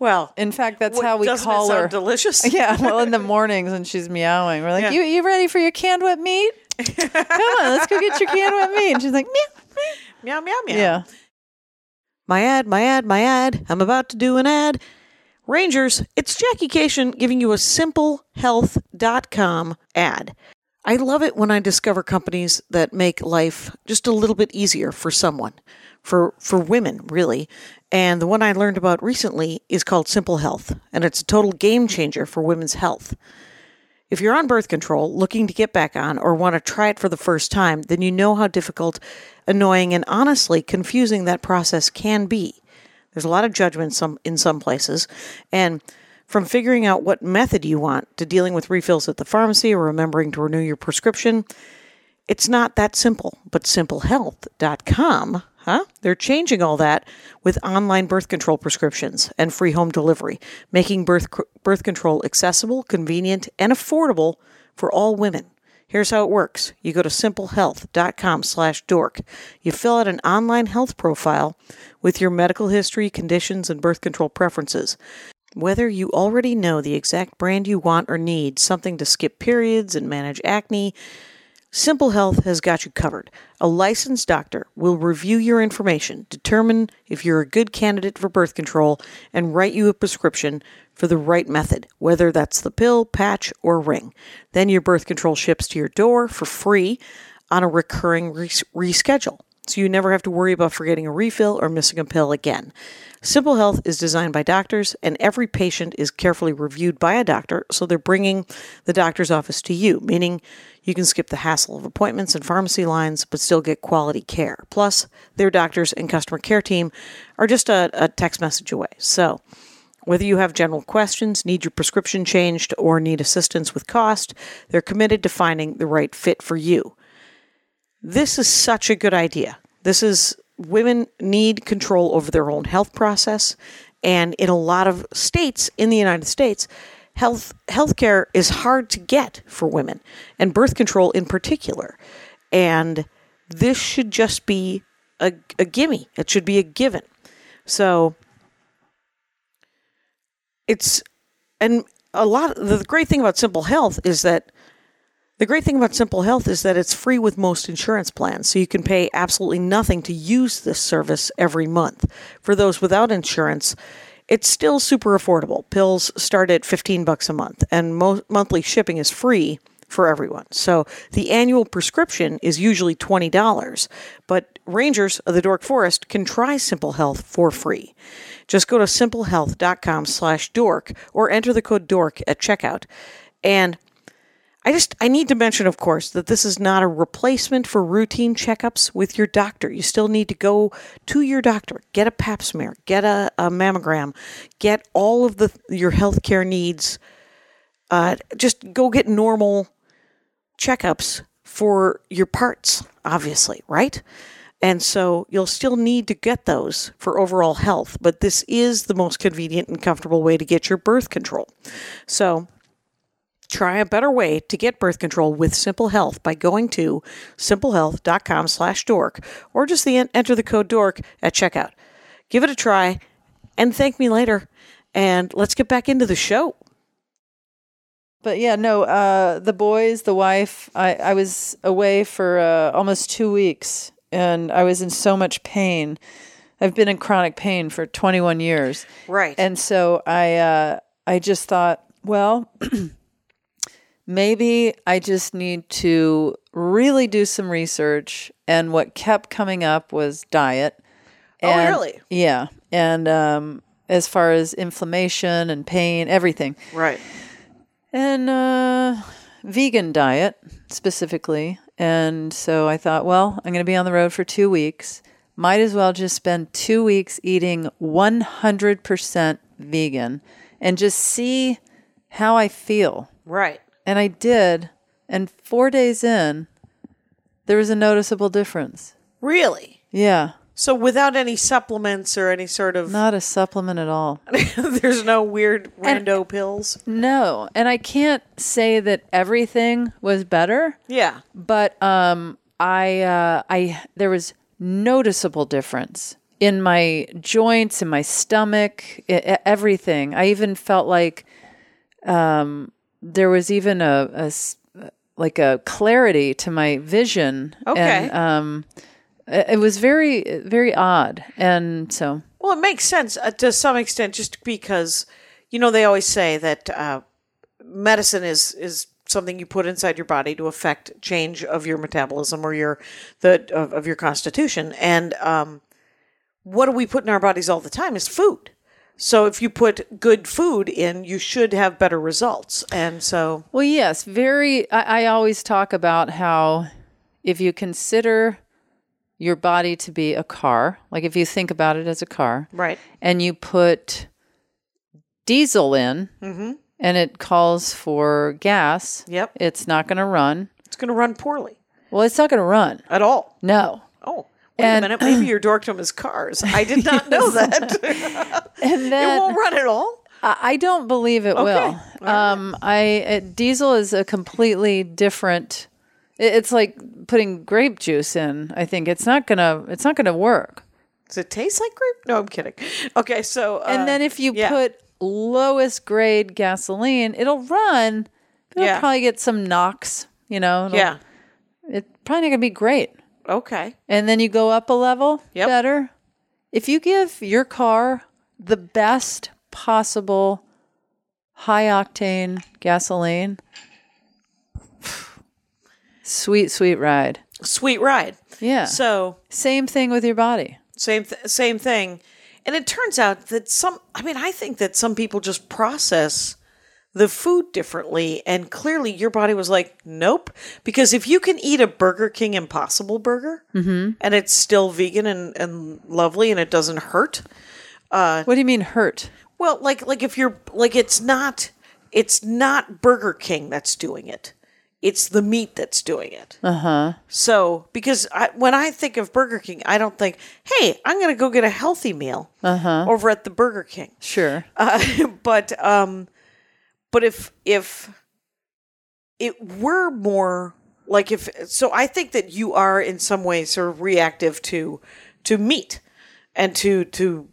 C: Well,
D: In fact, that's
C: what-
D: how we
C: doesn't it
D: call
C: sound
D: her.
C: delicious.
D: yeah. Well, in the mornings when she's meowing, we're like,
C: Yeah.
D: "You you ready for your canned wet meat? Come on, let's go get your canned wet meat." And she's like,
C: meow,
D: "Meow."
C: meow, meow.
D: Yeah.
C: My ad, my ad, my ad. I'm about to do an ad. Rangers, it's Jackie Cation giving you a simplehealth.com ad. I love it when I discover companies that make life just a little bit easier for someone, for for women, really. And the one I learned about recently is called Simple Health, and it's a total game changer for women's health. If you're on birth control, looking to get back on, or want to try it for the first time, then you know how difficult, annoying, and honestly confusing that process can be. There's a lot of judgment some in some places, and from figuring out what method you want to dealing with refills at the pharmacy or remembering to renew your prescription, it's not that simple, but simplehealth.com, huh? They're changing all that with online birth control prescriptions and free home delivery, making birth birth control accessible, convenient, and affordable for all women. Here's how it works. You go to simplehealth.com slash dork. You fill out an online health profile with your medical history, conditions, and birth control preferences. Whether you already know the exact brand you want or need, something to skip periods and manage acne, Simple Health has got you covered. A licensed doctor will review your information, determine if you're a good candidate for birth control, and write you a prescription for the right method, whether that's the pill, patch, or ring. Then your birth control ships to your door for free on a recurring res- reschedule so you never have to worry about forgetting a refill or missing a pill again. Simple Health is designed by doctors, and every patient is carefully reviewed by a doctor, so they're bringing the doctor's office to you, meaning you can skip the hassle of appointments and pharmacy lines, but still get quality care. Plus, their doctors and customer care team are just a, a text message away. So, whether you have general questions, need your prescription changed, or need assistance with cost, they're committed to finding the right fit for you this is such a good idea. This is women need control over their own health process, and in a lot of states in the United States, health healthcare is hard to get for women, and birth control in particular. And this should just be a, a gimme. It should be a given. So it's and a lot. The great thing about Simple Health is that the great thing about Simple Health is that it's free with most insurance plans, so you can pay absolutely nothing to use this service every month. For those without insurance, it's still super affordable. Pills start at 15 bucks a month, and mo- monthly shipping is free for everyone. So the annual prescription is usually $20, but Rangers of the Dork Forest can try Simple Health for free. Just go to simplehealth.com/dork or enter the code dork at checkout. And I just I need to mention, of course, that this is not a replacement for routine checkups with your doctor. You still need to go to your doctor, get a Pap smear, get a, a mammogram, get all of the your healthcare needs. Uh, just go get normal checkups for your parts, obviously, right? And so you'll still need to get those for overall health, but this is the most convenient and comfortable way to get your birth control. So try a better way to get birth control with Simple Health by going to simplehealth.com slash dork or just the, enter the code dork at checkout. Give it a try and thank me later. And let's get back into the show.
D: But yeah, no, uh, the boys, the wife, I, I was away for uh, almost two weeks and I was in so much pain. I've been in chronic pain for 21 years.
C: Right.
D: And so I, uh, I just thought, well, maybe I just need to really do some research. And what kept coming up was diet.
C: Oh,
D: And-
C: really?
D: Yeah. And um, as far as inflammation and pain, everything
C: Right.
D: and uh, vegan diet specifically. And so I thought, well, I'm going to be on the road for two weeks. Might as well just spend two weeks eating 100% vegan and just see how I feel.
C: Right.
D: And I did. And four days in, there was a noticeable difference.
C: Really?
D: Yeah,
C: So without any supplements or any sort of
D: not a supplement at all.
C: there's no weird rando pills.
D: No. And I can't say that everything was better.
C: Yeah.
D: but um i uh i there was noticeable difference in my joints in my stomach e- e- everything i even felt like um there was even a, a s- like a clarity to my vision
C: Okay.
D: and, um it it was very very odd and so
C: Well, it makes sense uh, to some extent, just because you know they always say that uh, medicine is is something you put inside your body to affect change of your metabolism or your the of, of your constitution. And um, what do we put in our bodies all the time is food. So if you put good food in, you should have better results. And so
D: Well, yes, very. I, I always talk about how if you consider your body to be a car, like if you think about it as a car,
C: Right.
D: and you put diesel in and it calls for gas,
C: Mm-hmm. Yep.
D: it's not going to run.
C: it's going to run poorly
D: Well, it's not going to run.
C: at all.
D: No.
C: Oh, wait
D: And-
C: a minute. Maybe your dorkdom is cars. I did not know that.
D: And
C: it
D: then
C: won't run at all.
D: I I don't believe it will. Um, I uh, diesel is a completely different. it- It's like putting grape juice in. I think it's not gonna. It's not gonna work.
C: Does it taste like grape? No, I'm kidding. Okay, so uh,
D: And then if you
C: yeah.
D: put lowest grade gasoline, it'll run. It'll
C: Yeah.
D: probably get some knocks. You know. It'll-
C: yeah,
D: It's probably not gonna be great.
C: okay,
D: And then you go up a level.
C: Yep.
D: Better. If you give your car the best possible high octane gasoline, sweet sweet ride.
C: sweet ride.
D: Yeah.
C: So
D: Same thing with your body.
C: same th- same thing, and it turns out that some. I mean, I think that some people just process the food differently, and clearly your body was like, nope. Because if you can eat a Burger King Impossible Burger
D: Mm-hmm.
C: and it's still vegan and and lovely and it doesn't hurt,
D: What do you mean hurt?
C: Well, like like if you're like it's not it's not Burger King that's doing it. It's the meat that's doing it. Uh huh. So because I, when I think of Burger King, I don't think, "Hey, I'm going to go get a healthy meal over at the Burger King."
D: Sure.
C: Uh, but um, but if if it were more like if so, I think that you are in some ways sort of reactive to to meat and to to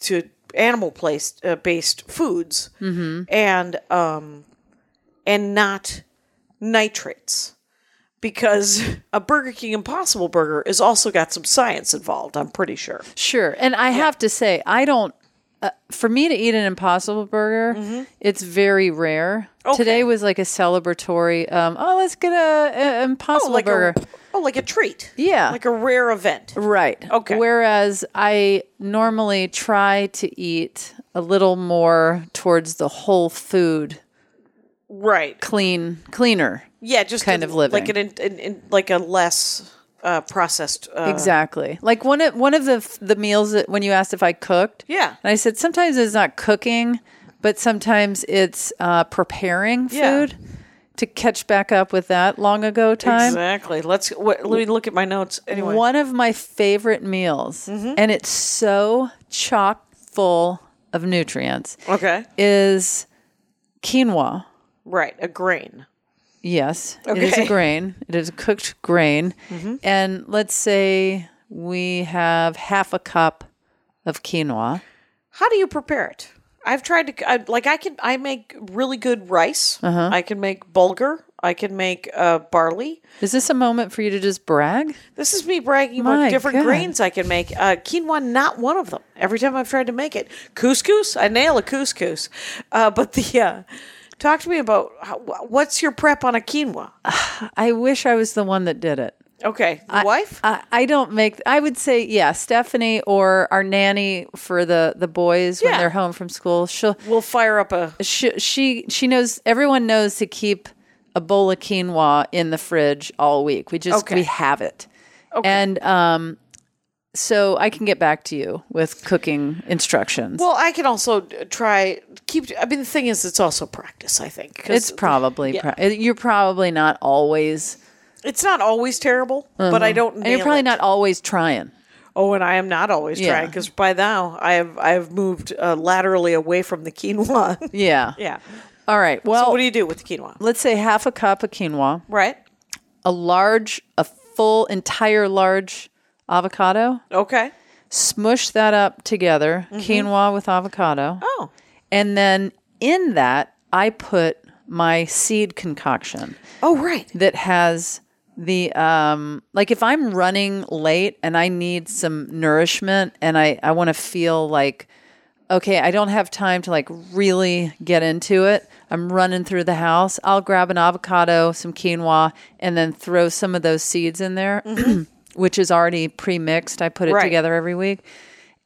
C: to animal place uh, based foods
D: Mm-hmm.
C: and um and not nitrates because a Burger King Impossible Burger has also got some science involved. I'm pretty sure.
D: Sure. And I have to say, I don't. Uh, for me to eat an Impossible Burger, it's very rare. Today was like a celebratory. Um, oh, let's get a, a Impossible
C: like
D: Burger.
C: a oh, like a treat.
D: Yeah.
C: like a rare event.
D: Right.
C: Okay.
D: Whereas I normally try to eat a little more towards the whole food
C: right.
D: clean, cleaner.
C: Yeah, just
D: kind
C: a-
D: of living.
C: like an, in, in, in- like a less uh, processed. Uh,
D: Exactly. Like one of one of the f- the meals that when you asked if I cooked,
C: Yeah.
D: and I said sometimes it's not cooking, but sometimes it's uh, preparing
C: Yeah.
D: food to catch back up with that long ago time.
C: Exactly. Let's wh- let me look at my notes. Anyway, Mm-hmm.
D: One of my favorite meals, and it's so chock full of nutrients,
C: okay,
D: is quinoa.
C: right, a grain.
D: Yes, it is
C: Okay.
D: a
C: Mm-hmm.
D: grain. It is a cooked grain. And let's say we have half a cup of quinoa.
C: How do you prepare it? I've tried to I, like I can I make really good rice.
D: Uh-huh.
C: I can make bulgur. I can make uh, barley.
D: Is this a moment for you to just brag?
C: This is me bragging
D: My
C: about different
D: God.
C: grains I can make. Uh, quinoa, not one of them. Every time I've tried to make it, couscous, I nail a couscous. Uh, but the uh, talk to me about how, what's your prep on a quinoa?
D: I wish I was the one that did it.
C: Okay, the wife.
D: I, I don't make. I would say yeah, Stephanie or our nanny for the the boys when
C: Yeah.
D: they're home from school. She'll
C: we'll fire up a
D: she she she knows everyone knows to keep a bowl of quinoa in the fridge all week. We just
C: Okay.
D: we have it. And um so I can get back to you with cooking instructions.
C: Well, I can also d- try keep. I mean, the thing is, it's also practice. I think 'cause
D: it's probably pro- you're probably not always
C: it's not always terrible, but I don't.
D: and you're probably not always trying.
C: Oh, and I am not always
D: Yeah.
C: trying because by now I have I have moved uh, laterally away from the quinoa.
D: Yeah.
C: yeah.
D: All right. Well,
C: So what do you do with the quinoa?
D: let's say half a cup of quinoa,
C: Right.
D: a large a full entire large avocado.
C: Okay.
D: Smush that up together,
C: Mm-hmm.
D: quinoa with avocado.
C: Oh.
D: And then in that, I put my seed concoction
C: Oh, right.
D: that has the um like if i'm running late and i need some nourishment and i i want to feel like okay i don't have time to like really get into it i'm running through the house i'll grab an avocado some quinoa and then throw some of those seeds in there which is already pre-mixed i put it
C: Right.
D: together every week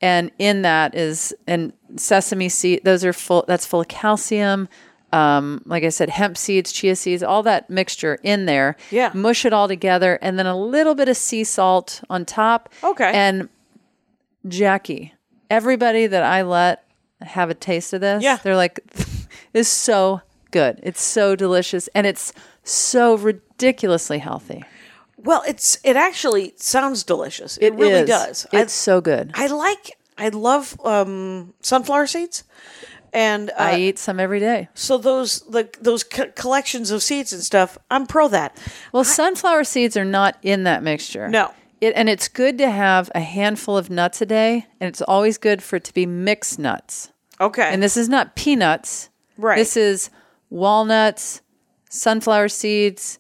D: and in that is and sesame seed those are full that's full of calcium um, like i said hemp seeds chia seeds all that mixture in there
C: Yeah.
D: mush it all together and then a little bit of sea salt on top
C: Okay.
D: and jackie everybody that i let have a taste of this
C: Yeah.
D: they're like it's so good it's so delicious and it's so ridiculously healthy
C: Well, it's it actually sounds delicious. It, really
D: is.
C: does. I-
D: it's so good
C: I, like. I love um, sunflower seeds, and uh,
D: I eat some every day
C: so those the those co- collections of seeds and stuff. I'm pro that.
D: Well, sunflower seeds are not in that mixture.
C: No.
D: It, and it's good to have a handful of nuts a day, and it's always good for it to be mixed nuts.
C: Okay.
D: And this is not peanuts.
C: Right.
D: This is walnuts, sunflower seeds,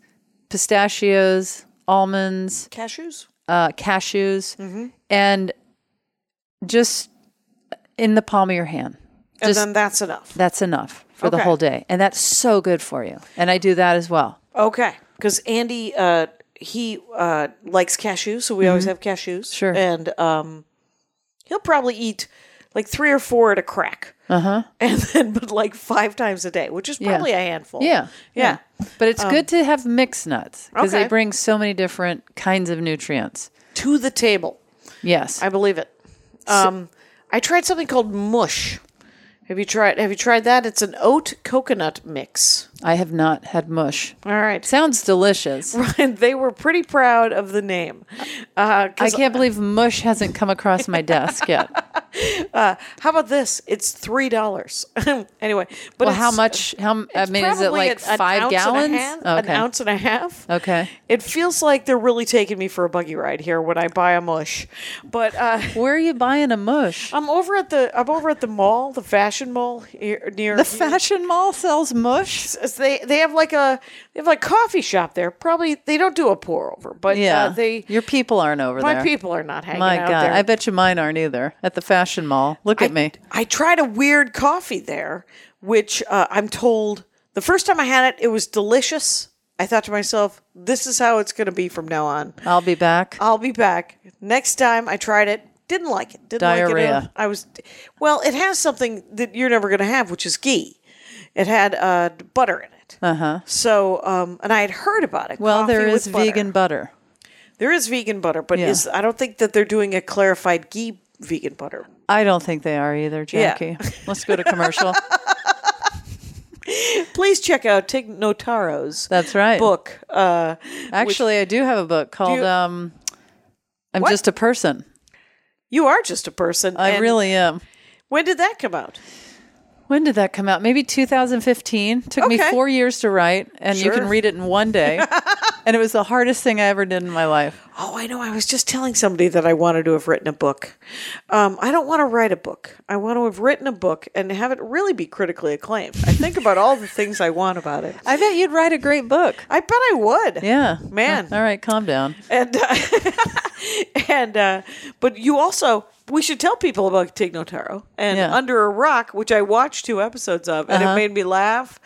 D: pistachios, almonds,
C: cashews.
D: uh, cashews,
C: Mm-hmm.
D: and just in the palm of your hand.
C: And
D: Just
C: then that's enough.
D: that's enough for the
C: Okay.
D: whole day. And that's so good for you. And I do that as well.
C: Okay. Because Andy, uh, he uh, likes cashews, so we always have cashews.
D: Mm-hmm. Sure.
C: And um, he'll probably eat like three or four at a crack. Uh
D: Uh-huh.
C: huh. And then, but like five times a day, which is probably a handful.
D: Yeah.
C: Yeah. Um,
D: But it's good to have mixed nuts because they
C: Okay.
D: bring so many different kinds of nutrients.
C: To the table.
D: Yes.
C: I believe it. Um, I tried something called mush. Have you tried? Have you tried that? It's an oat coconut mix.
D: I have not had mush.
C: All right.
D: Sounds delicious.
C: And they were pretty proud of the name. Uh, 'cause
D: I can't believe mush hasn't come across my desk yet.
C: How about this? It's three dollars. anyway, but
D: Well, how
C: it's-
D: much? How m- I
C: it's
D: mean, is it
C: probably
D: like
C: an- an
D: five
C: ounce And a
D: gallons?
C: half, An
D: okay.
C: ounce and a half.
D: Okay.
C: It feels like they're really taking me for a buggy ride here when I buy a mush, but uh,
D: Where are you buying a mush?
C: I'm over at the I'm over at the mall, the fashion mall here near
D: The
C: here.
D: fashion mall sells mush.
C: It's- They they have like a they have like coffee shop there. Probably they don't do a pour over, but
D: Yeah.
C: uh, they
D: Your people aren't over
C: my
D: there.
C: people are not hanging
D: My
C: out
D: God,
C: there.
D: I bet you mine aren't either. At the fashion mall, look at me.
C: I tried a weird coffee there, which uh, I'm told the first time I had it, it was delicious. I thought to myself, this is how it's going to be from now on.
D: I'll be back.
C: I'll be back. Next time I tried it, didn't like it. Didn't like it. at all.
D: Diarrhea.
C: I was, well, it has something that you're never going to have, which is ghee. It had uh, butter in it. it. Uh huh. So, um, and I had heard about it.
D: Uh-huh. Well, there
C: coffee
D: is
C: with butter.
D: vegan butter.
C: There is vegan butter, but
D: Yeah.
C: is I don't think that they're doing a clarified ghee vegan butter.
D: I don't think they are either,
C: Yeah.
D: Jackie. Let's go to commercial.
C: Please check out Tig Notaro's
D: That's right.
C: book. Uh,
D: Actually, I do have a book called
C: you-
D: um, "I'm
C: What?
D: Just a Person."
C: you are just a person.
D: I
C: and
D: really am.
C: When did that come out?
D: When did that come out? Maybe 2015. Took me
C: Okay.
D: four years to write, and you
C: Sure.
D: can read it in one day. and it was the hardest thing I ever did in my life.
C: Oh, I know. I was just telling somebody that I wanted to have written a book. Um, I don't want to write a book. I want to have written a book and have it really be critically acclaimed. I think about all the things I want about it.
D: I bet you'd write a great book.
C: I bet I would.
D: Yeah,
C: Man.
D: All right, calm down.
C: And uh, and uh, but you also we should tell people about Tig Notaro and
D: Yeah. Uh-huh.
C: Under a Rock, which I watched two episodes of, and it made me laugh,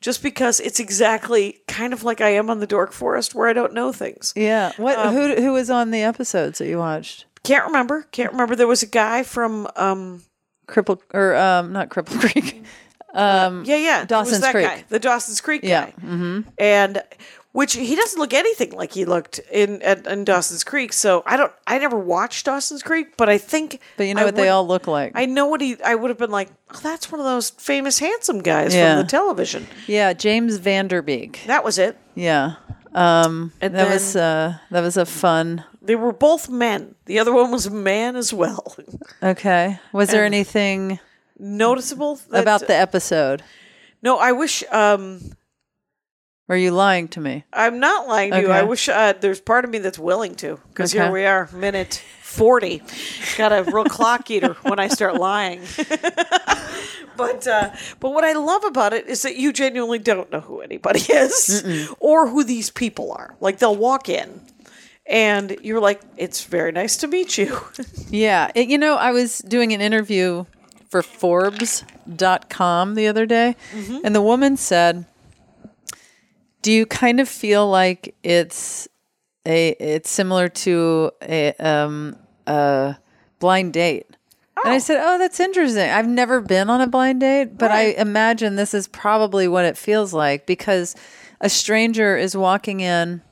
C: just because it's exactly kind of like I am on the Dork Forest, where I don't know things.
D: Yeah. Um, What? who? Who was on the episodes that you watched?
C: Can't remember. Can't remember. There was a guy from um,
D: Cripple or um, not Cripple Creek?
C: yeah yeah it was
D: Dawson's
C: that
D: Creek.
C: guy, the Dawson's Creek
D: Yeah, Mm.
C: guy, and which he doesn't look anything like he looked in at, in Dawson's Creek. So I don't. I never watched Dawson's Creek, but I think.
D: But you know
C: I
D: what they
C: would-
D: all look like.
C: I know what he. I would have been like, oh, that's one of those famous handsome guys
D: Yeah.
C: from the television.
D: yeah, James Vanderbeek.
C: That was it.
D: Yeah. Um,
C: And
D: that was uh, that was a fun.
C: They were both men. The other one was a man as well.
D: Okay. Was there anything
C: Noticeable that-
D: about the episode?
C: No, I wish. Um,
D: Were you lying to me?
C: I'm not lying to you.
D: Okay.
C: I wish uh, there's part of me that's willing to because
D: Okay.
C: here we are, minute forty. Got a real clock eater when I start lying. but uh, but what I love about it is that you genuinely don't know who anybody is or who these people are. Like they'll walk in. And you're like, it's very nice to meet you.
D: Yeah. It- you know, I was doing an interview for Forbes.com the other day, and the woman said, "Do you kind of feel like it's a it's similar to a um a blind date?" And I said, "Oh, that's interesting. I've never been on a blind date, but I imagine this is probably what it feels like because a stranger is walking in.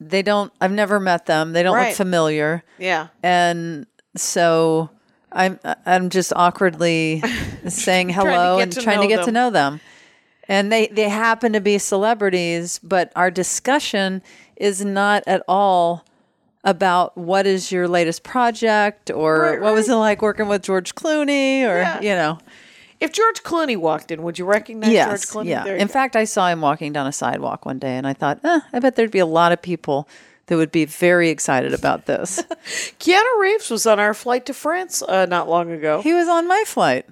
D: They don't. I've never met them. They don't
C: Right.
D: look familiar
C: yeah.
D: and so I'm I'm just awkwardly saying hello
C: get
D: and
C: to
D: trying to
C: know
D: get to
C: them.
D: know them. And they they happen to be celebrities, but our discussion is not at all about what is your latest project or
C: Right,
D: what was it like working with George Clooney or
C: Yeah.
D: you know
C: If George Clooney walked in, would you recognize
D: yes
C: George Clooney?
D: yeah
C: There you
D: in
C: go.
D: fact I saw him walking down a sidewalk one day and I thought eh, I bet there'd be a lot of people that would be very excited about this
C: Keanu Reeves was on our flight to France uh, not long ago.
D: He was on my flight.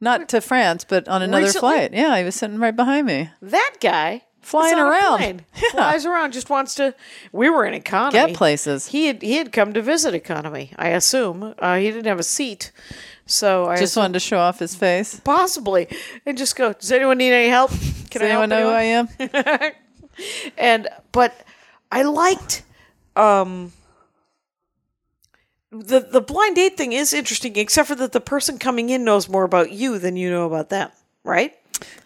D: Not to France, but on another
C: Recently?
D: flight. Yeah, he was sitting right behind me.
C: that guy
D: Flying
C: is on a
D: around.
C: plane,
D: Yeah.
C: flies around, just wants to. We were in economy.
D: Get places.
C: He had he had come to visit economy. I assume uh, he didn't have a seat, so I
D: Just
C: assume-
D: wanted to show off his face.
C: possibly and just go. Does anyone need any help? Can
D: Does anyone know who I am?
C: and but I liked um the the blind date thing is interesting, except for that the person coming in knows more about you than you know about them, right?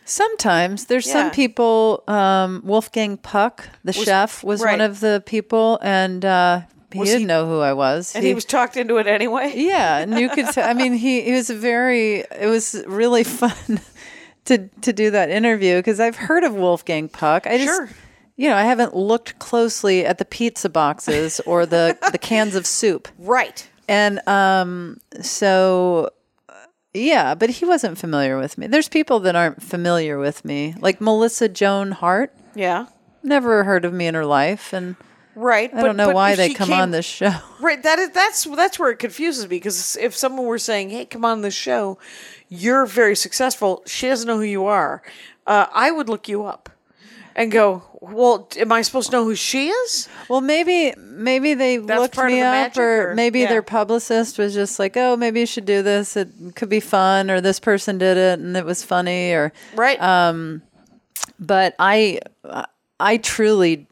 D: Sometimes there's
C: Yeah.
D: some people. Um, Wolfgang Puck, the chef, was
C: right.
D: one of the people, and uh, he didn't know who I was.
C: And he was talked into it anyway.
D: yeah, and you could. T- I mean, he he was very. It was really fun to to do that interview because I've heard of Wolfgang Puck. I just,
C: Sure.
D: you know, I haven't looked closely at the pizza boxes or the the cans of soup,
C: Right.
D: and um, so. Yeah, but he wasn't familiar with me. There's people that aren't familiar with me, like Melissa Joan Hart.
C: Yeah.
D: Never heard of me in her life, and
C: Right.
D: I don't know why
C: if
D: they
C: she
D: come
C: came-
D: on this show.
C: Right. That is that's that's where it confuses me because if someone were saying, "Hey, come on this show, you're very successful," she doesn't know who you are. Uh, I would look you up and go, "Well, am I supposed to know who she is?"
D: Well, maybe maybe they looked
C: part of
D: me
C: the
D: up,
C: magic,
D: or,
C: or-
D: maybe
C: yeah.
D: their publicist was just like, "Oh, maybe you should do this. It could be fun," or this person did it and it was funny, or
C: Right.
D: Uh, but I I truly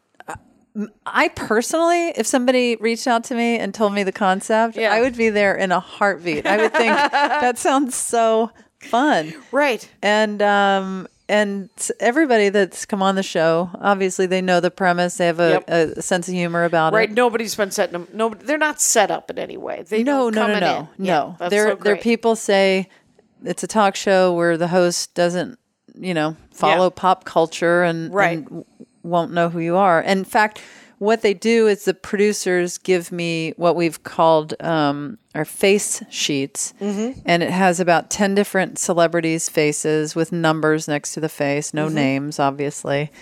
D: I personally, if somebody reached out to me and told me the concept,
C: Yeah.
D: I would be there in a heartbeat. I would think that sounds so fun,
C: right.
D: and um, and everybody that's come on the show, obviously they know the premise. They have a,
E: Yep.
D: a sense of humor about
E: Right?
D: it.
E: Nobody's been setting them. No, they're not set up in any way. They
D: No,
E: don't
D: no,
E: come
D: no,
E: in.
D: no,
E: Yeah,
D: no.
E: that's
D: there,
E: so
D: there.
E: great.
D: People say it's a talk show where the host doesn't, you know, follow
E: Yeah.
D: pop culture and
E: Right.
D: and w- won't know who you are. And in fact, what they do is the producers give me what we've called um, our face sheets,
C: Mm-hmm.
D: and it has about ten different celebrities' faces with numbers next to the face, no
C: Mm-hmm.
D: names, obviously.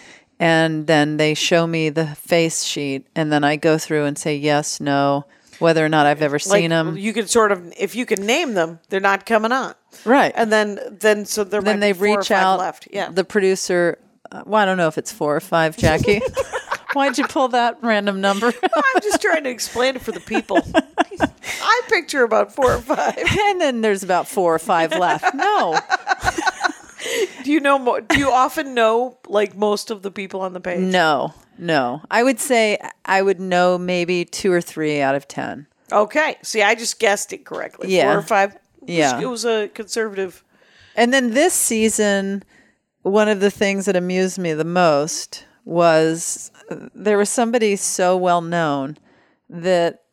D: And then they show me the face sheet, and then I go through and say yes, no, whether or not I've ever
C: Like,
D: seen them.
C: You can sort of, if you can name them, they're not coming on.
D: Right.
C: And then, then so there might
D: then they
C: be four or
D: reach
C: five
D: out.
C: left. Yeah.
D: The producer, uh, well, I don't know if it's four or five, Jackie. Why'd you pull that random number?
C: I'm just trying to explain it for the people. I picture about four or five.
D: and then there's about four or five left. No.
C: Do you know? Mo- do you often know like most of the people on the page?
D: No. No. I would say I would know maybe two or three out of 10.
C: Okay. See, I just guessed it correctly.
D: Yeah.
C: Four or five.
D: Yeah.
C: It was a conservative.
D: And then this season, one of the things that amused me the most was uh, there was somebody so well known that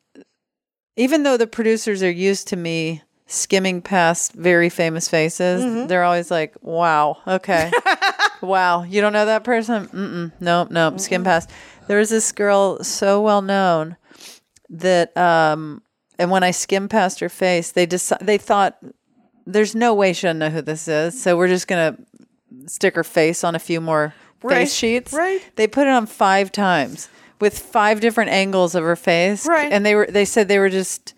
D: even though the producers are used to me skimming past very famous faces,
C: Mm-hmm.
D: they're always like, wow, okay. wow, you don't know that person? Mm-mm, nope, nope, skim past. There was this girl so well known that, um, and when I skimmed past her face, they deci- they thought there's no way she'll know who this is. So we're just gonna stick her face on a few more
C: Right,
D: face sheets.
C: right.
D: They put it on five times with five different angles of her face.
C: Right.
D: And they were they said they were just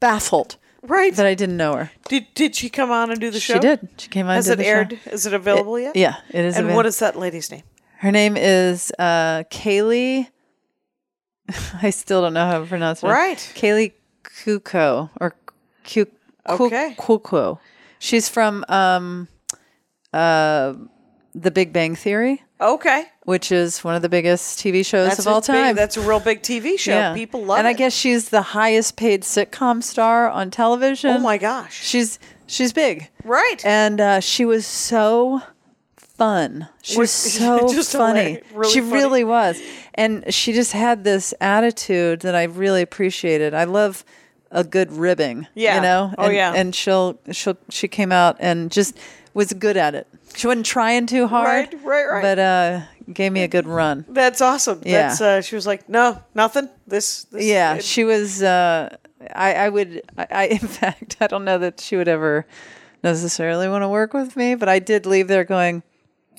D: baffled
C: Right.
D: that I didn't know her.
C: did Did she come on and do the show?
D: She did. She came on.
C: Has
D: to
C: it
D: the show.
C: aired? Is it available yet?
D: Yeah, it is.
C: And
D: available.
C: what is that lady's name?
D: her name? Is uh, Kaylee? I still don't know how to pronounce her. name.
C: Right.
D: Kaylee Kuko or Ku- Ku-
C: Okay.
D: Kuko. She's from um, uh, The Big Bang Theory,
C: Okay.
D: which is one of the biggest TV shows of
C: a
D: all
C: big-
D: time.
C: that's a real big TV show. People love
D: and
C: it.
D: I guess she's the highest paid sitcom star on television.
C: Oh my gosh.
D: She's she's big.
C: Right.
D: And uh, she was so fun. She
C: Was-
D: was so
C: just
D: funny.
C: hilarious. Really
D: she
C: funny.
D: really was. And she just had this attitude that I really appreciated. I love a good ribbing.
C: Yeah.
D: You know?
C: Oh,
D: and,
C: yeah.
D: And she'll she'll she came out and just was good at it. She wasn't trying too hard.
C: Right, right, right.
D: But uh gave me a good run.
C: That's awesome.
D: Yeah.
C: That's uh, she was like, no, nothing. This. this
D: Yeah,
C: it-
D: she was. Uh, I, I would. I, I, in fact, I don't know that she would ever necessarily want to work with me, but I did leave there going,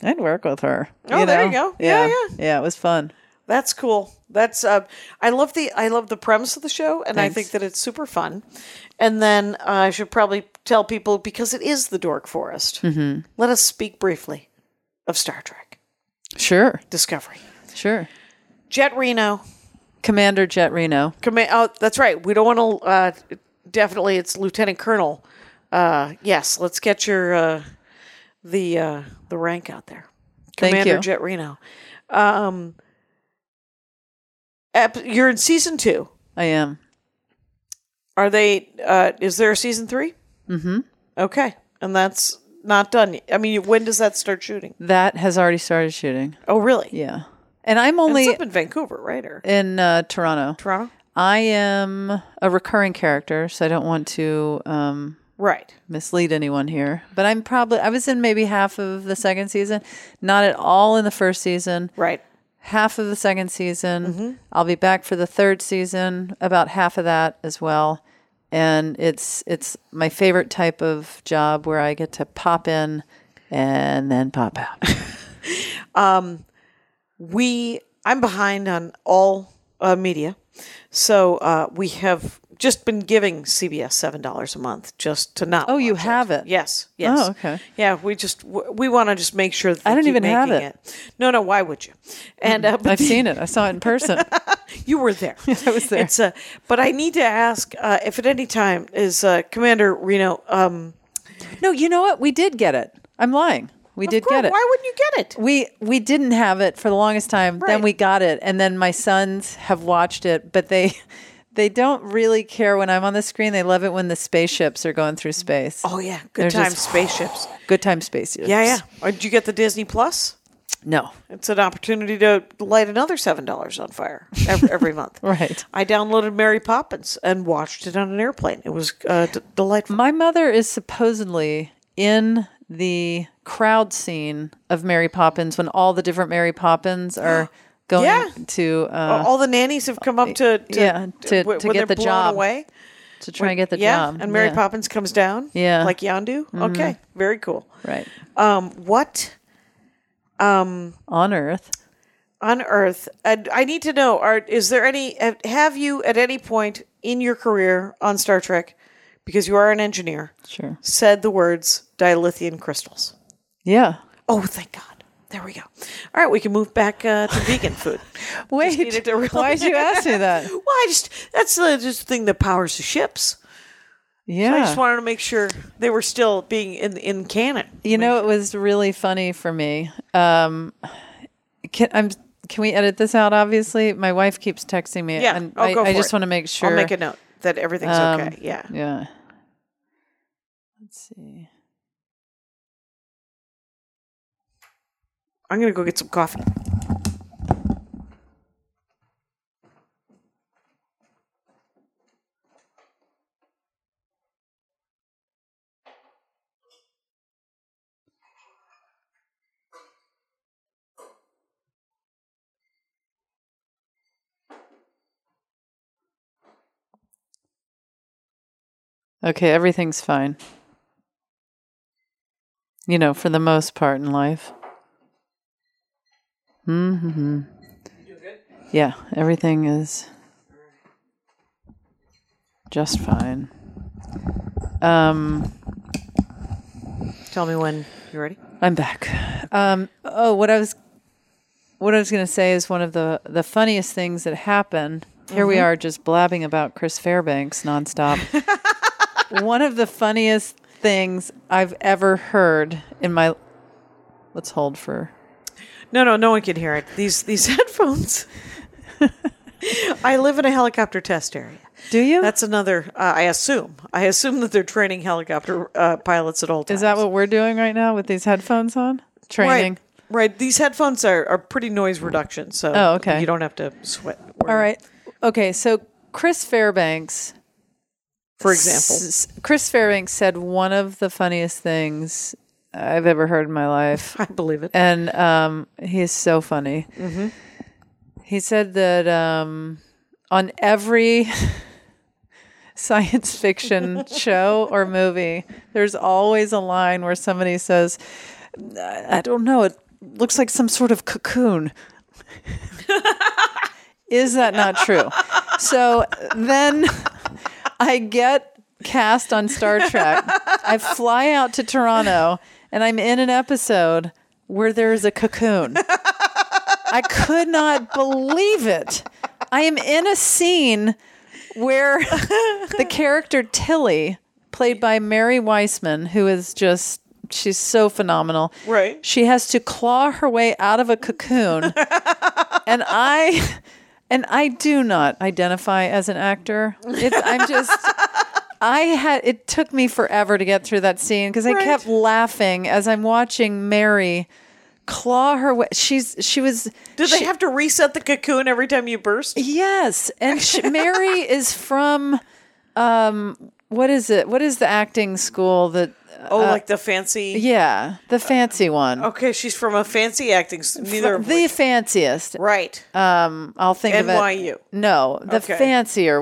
D: I'd work with her.
C: Oh, there you go. Yeah,
D: yeah,
C: yeah.
D: It was fun.
C: That's cool. That's uh, I love the I love the premise of the show, and I
D: Thanks.
C: think that it's super fun. And then uh, I should probably tell people because it is the Dork Forest. Mm-hmm. Let us speak briefly of Star Trek
D: Sure,
C: Discovery.
D: sure.
C: Jet Reno,
D: Commander Jet Reno.
C: command. Oh, that's right. We don't want to. Uh, definitely, it's Lieutenant Colonel. Uh, yes, let's get your uh, the uh, the rank out there.
D: Thank
C: Commander
D: you.
C: Jet Reno. Um, ep- you're in season two.
D: I am.
C: Are they? Uh, is there a season 3 Mm-hmm. Okay, and that's not done. yet. I mean, when does that start shooting?
D: That has already started shooting.
C: Oh, really?
D: Yeah, and I'm
C: And
D: only
C: It's up in Vancouver, right? Or
D: in uh, Toronto.
C: Toronto?
D: I am a recurring character, so I don't want to um,
C: Right.
D: mislead anyone here, but I'm probably I was in maybe half of the second season, not at all in the first season.
C: Right.
D: Half of the second season. I'll be back for the third season, about half of that as well. And it's it's my favorite type of job where I get to pop in and then pop out.
C: we i'm behind on all uh, media so uh, we have just been giving cbs seven dollars a month just to not
D: Oh, you
C: watch
D: have it?
C: yes yes
D: Oh, okay.
C: yeah we just w- we want to just make sure that
D: I
C: they
D: don't
C: keep
D: even have
C: making
D: it.
C: no no why would you and uh, but
D: I've seen it. I saw it in person.
C: you were there
D: I was there.
C: it's uh, but i need to ask uh, if at any time is uh, commander reno um
D: No, you know what? We did get it. I'm lying. We did
C: Cor-
D: get it.
C: why wouldn't you get it
D: we we didn't have it for the longest time
C: Right.
D: then we got it and then my sons have watched it but they They don't really care when I'm on the screen. They love it when the spaceships are going through space.
C: Oh yeah, good
D: They're
C: time
D: just-
C: spaceships.
D: Good time spaceships.
C: Yeah, yeah. Or did you get the Disney Plus?
D: No.
C: It's an opportunity to light another seven dollars on fire every, every month.
D: Right.
C: I downloaded Mary Poppins and watched it on an airplane. It was uh, d- delightful.
D: My mother is supposedly in the crowd scene of Mary Poppins when all the different Mary Poppins are going
C: Yeah. Oh.
D: to uh,
C: All the nannies have come up to, Mm. to
D: yeah, to-
C: wh-
D: to
C: when
D: get
C: they're
D: the
C: blown
D: job.
C: away.
D: to try and get the
C: yeah, Mm-hmm.
D: job.
C: and Mary
D: Yeah.
C: Poppins comes down.
D: Yeah.
C: like Yondu. Okay, very cool.
D: Right.
C: Um, what
D: On Earth.
C: on earth? And I need to know. Are is there any? have- Have you at any point in your career on Star Trek, because you are an engineer,
D: Sure.
C: said the words dilithium crystals?
D: Yeah.
C: Oh, thank God. There we go. All right, we can move back uh, to vegan food.
D: Wait.
C: needed to really-
D: Why'd you ask me that?
C: Well, I just that's the just thing that powers the ships.
D: Yeah.
C: I just wanted to make sure they were still being in in canon.
D: You know, it was really funny for me. Um, can I'm can we edit this out? Obviously, my wife keeps texting me.
C: Yeah,
D: and
C: I'll
D: I,
C: go
D: I
C: for
D: just
C: it.
D: want to make sure.
C: I'll make a note that everything's
D: um,
C: okay. Yeah.
D: Yeah. Let's see.
C: I'm gonna go get some coffee.
D: Okay, everything's fine. You know, for the most part in life. Hmm. Yeah, everything is just fine. Um.
C: Tell me when you're ready.
D: I'm back. Um, oh, what I was, what I was going to say is one of the the funniest things that happened. Here
C: Mm-hmm.
D: we are, just blabbing about Chris Fairbanks nonstop. one of the funniest things I've ever heard in my. Let's hold for.
C: No, no, no one can hear it. These these headphones. I live in a helicopter test area.
D: Do you?
C: That's another. Uh, I assume. I assume that they're training helicopter uh, pilots at all times.
D: is that what we're doing right now with these headphones on? Training.
C: Right. Right. These headphones are, are pretty noise reduction, so
D: Oh, okay.
C: you don't have to sweat.
D: All right. Okay, so Chris Fairbanks
C: For example.
D: S- Chris Fairbanks said one of the funniest things I've ever heard in my life,
C: I believe it.
D: and um, he is so funny. He said that um, on every science fiction show or movie, there's always a line where somebody says, "I I don't know, it looks like some sort of cocoon." Is that not true? So then I get cast on Star Trek. I fly out to Toronto and I'm in an episode where there is a cocoon. I could not believe it. I am in a scene where the character Tilly, played by Mary Weissman, who is just she's so phenomenal.
C: Right.
D: She has to claw her way out of a cocoon. and I and I do not identify as an actor. It's, I'm just I had it took me forever to get through that scene because I kept laughing as I'm watching Mary claw her way. She's she was
C: Did they have to reset the cocoon every time you burst?
D: Yes, and sh Mary is from um what is it? What is the acting school that
C: Oh, like the fancy.
D: uh, yeah, the fancy one.
C: Okay, she's from a fancy acting. s- Neither of
D: the
C: Oh, which-
D: fanciest.
C: right
D: Um I'll think of it.
C: NYU.
D: No, the
C: Okay.
D: fancier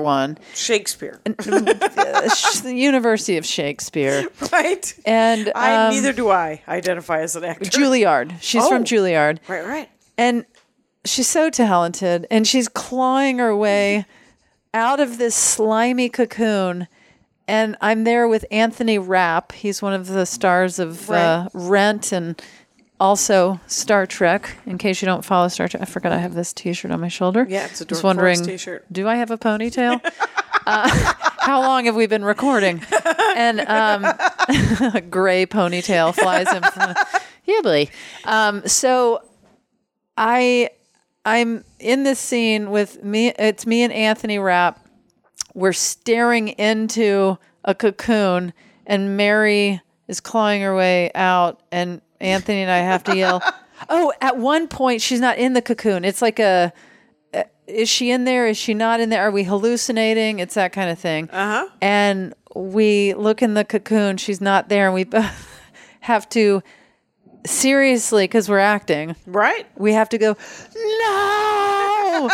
D: one.
C: Shakespeare.
D: Uh, sh- the University of Shakespeare.
C: Right.
D: And
C: I
D: um,
C: neither do I identify as an actor.
D: Juilliard. She's
C: Oh.
D: from Juilliard.
C: Right. Right.
D: And she's so talented and she's clawing her way out of this slimy cocoon. And I'm there with Anthony Rapp. He's one of the stars of uh, Rent and also Star Trek. In case you don't follow Star Trek, I forgot I have this t shirt on my shoulder.
C: Yeah, it's a
D: Just
C: Dork
D: wondering,
C: Forest t-shirt.
D: do I have a ponytail? Uh, how long have we been recording? And um, a gray ponytail flies in. front of- yeah, boy. Um, so I I'm in this scene with me. It's me and Anthony Rapp, we're staring into a cocoon, and Mary is clawing her way out, and Anthony and I have to yell. Oh, at one point she's not in the cocoon. It's like a is she in there? Is she not in there? Are we hallucinating? It's that kind of thing. Uh huh. And we look in the cocoon. She's not there, and we both have to seriously because we're acting.
C: Right?
D: We have to go no,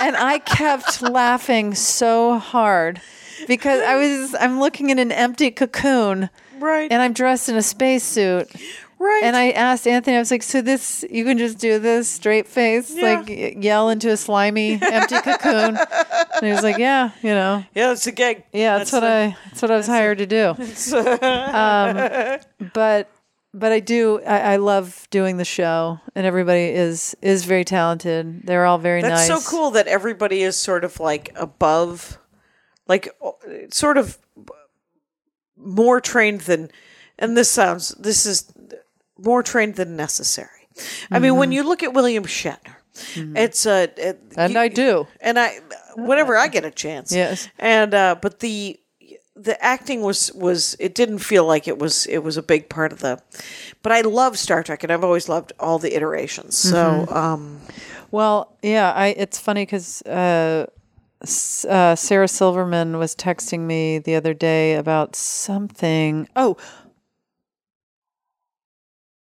D: and I kept laughing so hard because I was I'm looking in an empty cocoon,
C: Right.
D: and I'm dressed in a spacesuit.
C: right.
D: And I asked Anthony, I was like, so this, you can just do this straight face,
C: Yeah.
D: like y- yell into a slimy, empty cocoon. And he was like, yeah, you know,
C: yeah, it's a gig.
D: yeah, that's, what I, that's what I was hired to do. um, but, but I do, I, I love doing the show and everybody is, is very talented. They're all very
C: That's
D: nice.
C: so cool that everybody is sort of like above, like uh, sort of more trained than, and this sounds, this is more trained than necessary. I mean, when you look at William Shatner, it's a, it-
D: Mm-hmm. And I do.
C: and I, whenever I get a chance,
D: Yes.
C: and uh, but the the acting was was it didn't feel like it was it was a big part of the, but I love Star Trek and I've always loved all the iterations. So
D: Mm-hmm.
C: um,
D: Well, yeah, I it's funny because uh, S- uh, Sarah Silverman was texting me the other day about something. Oh,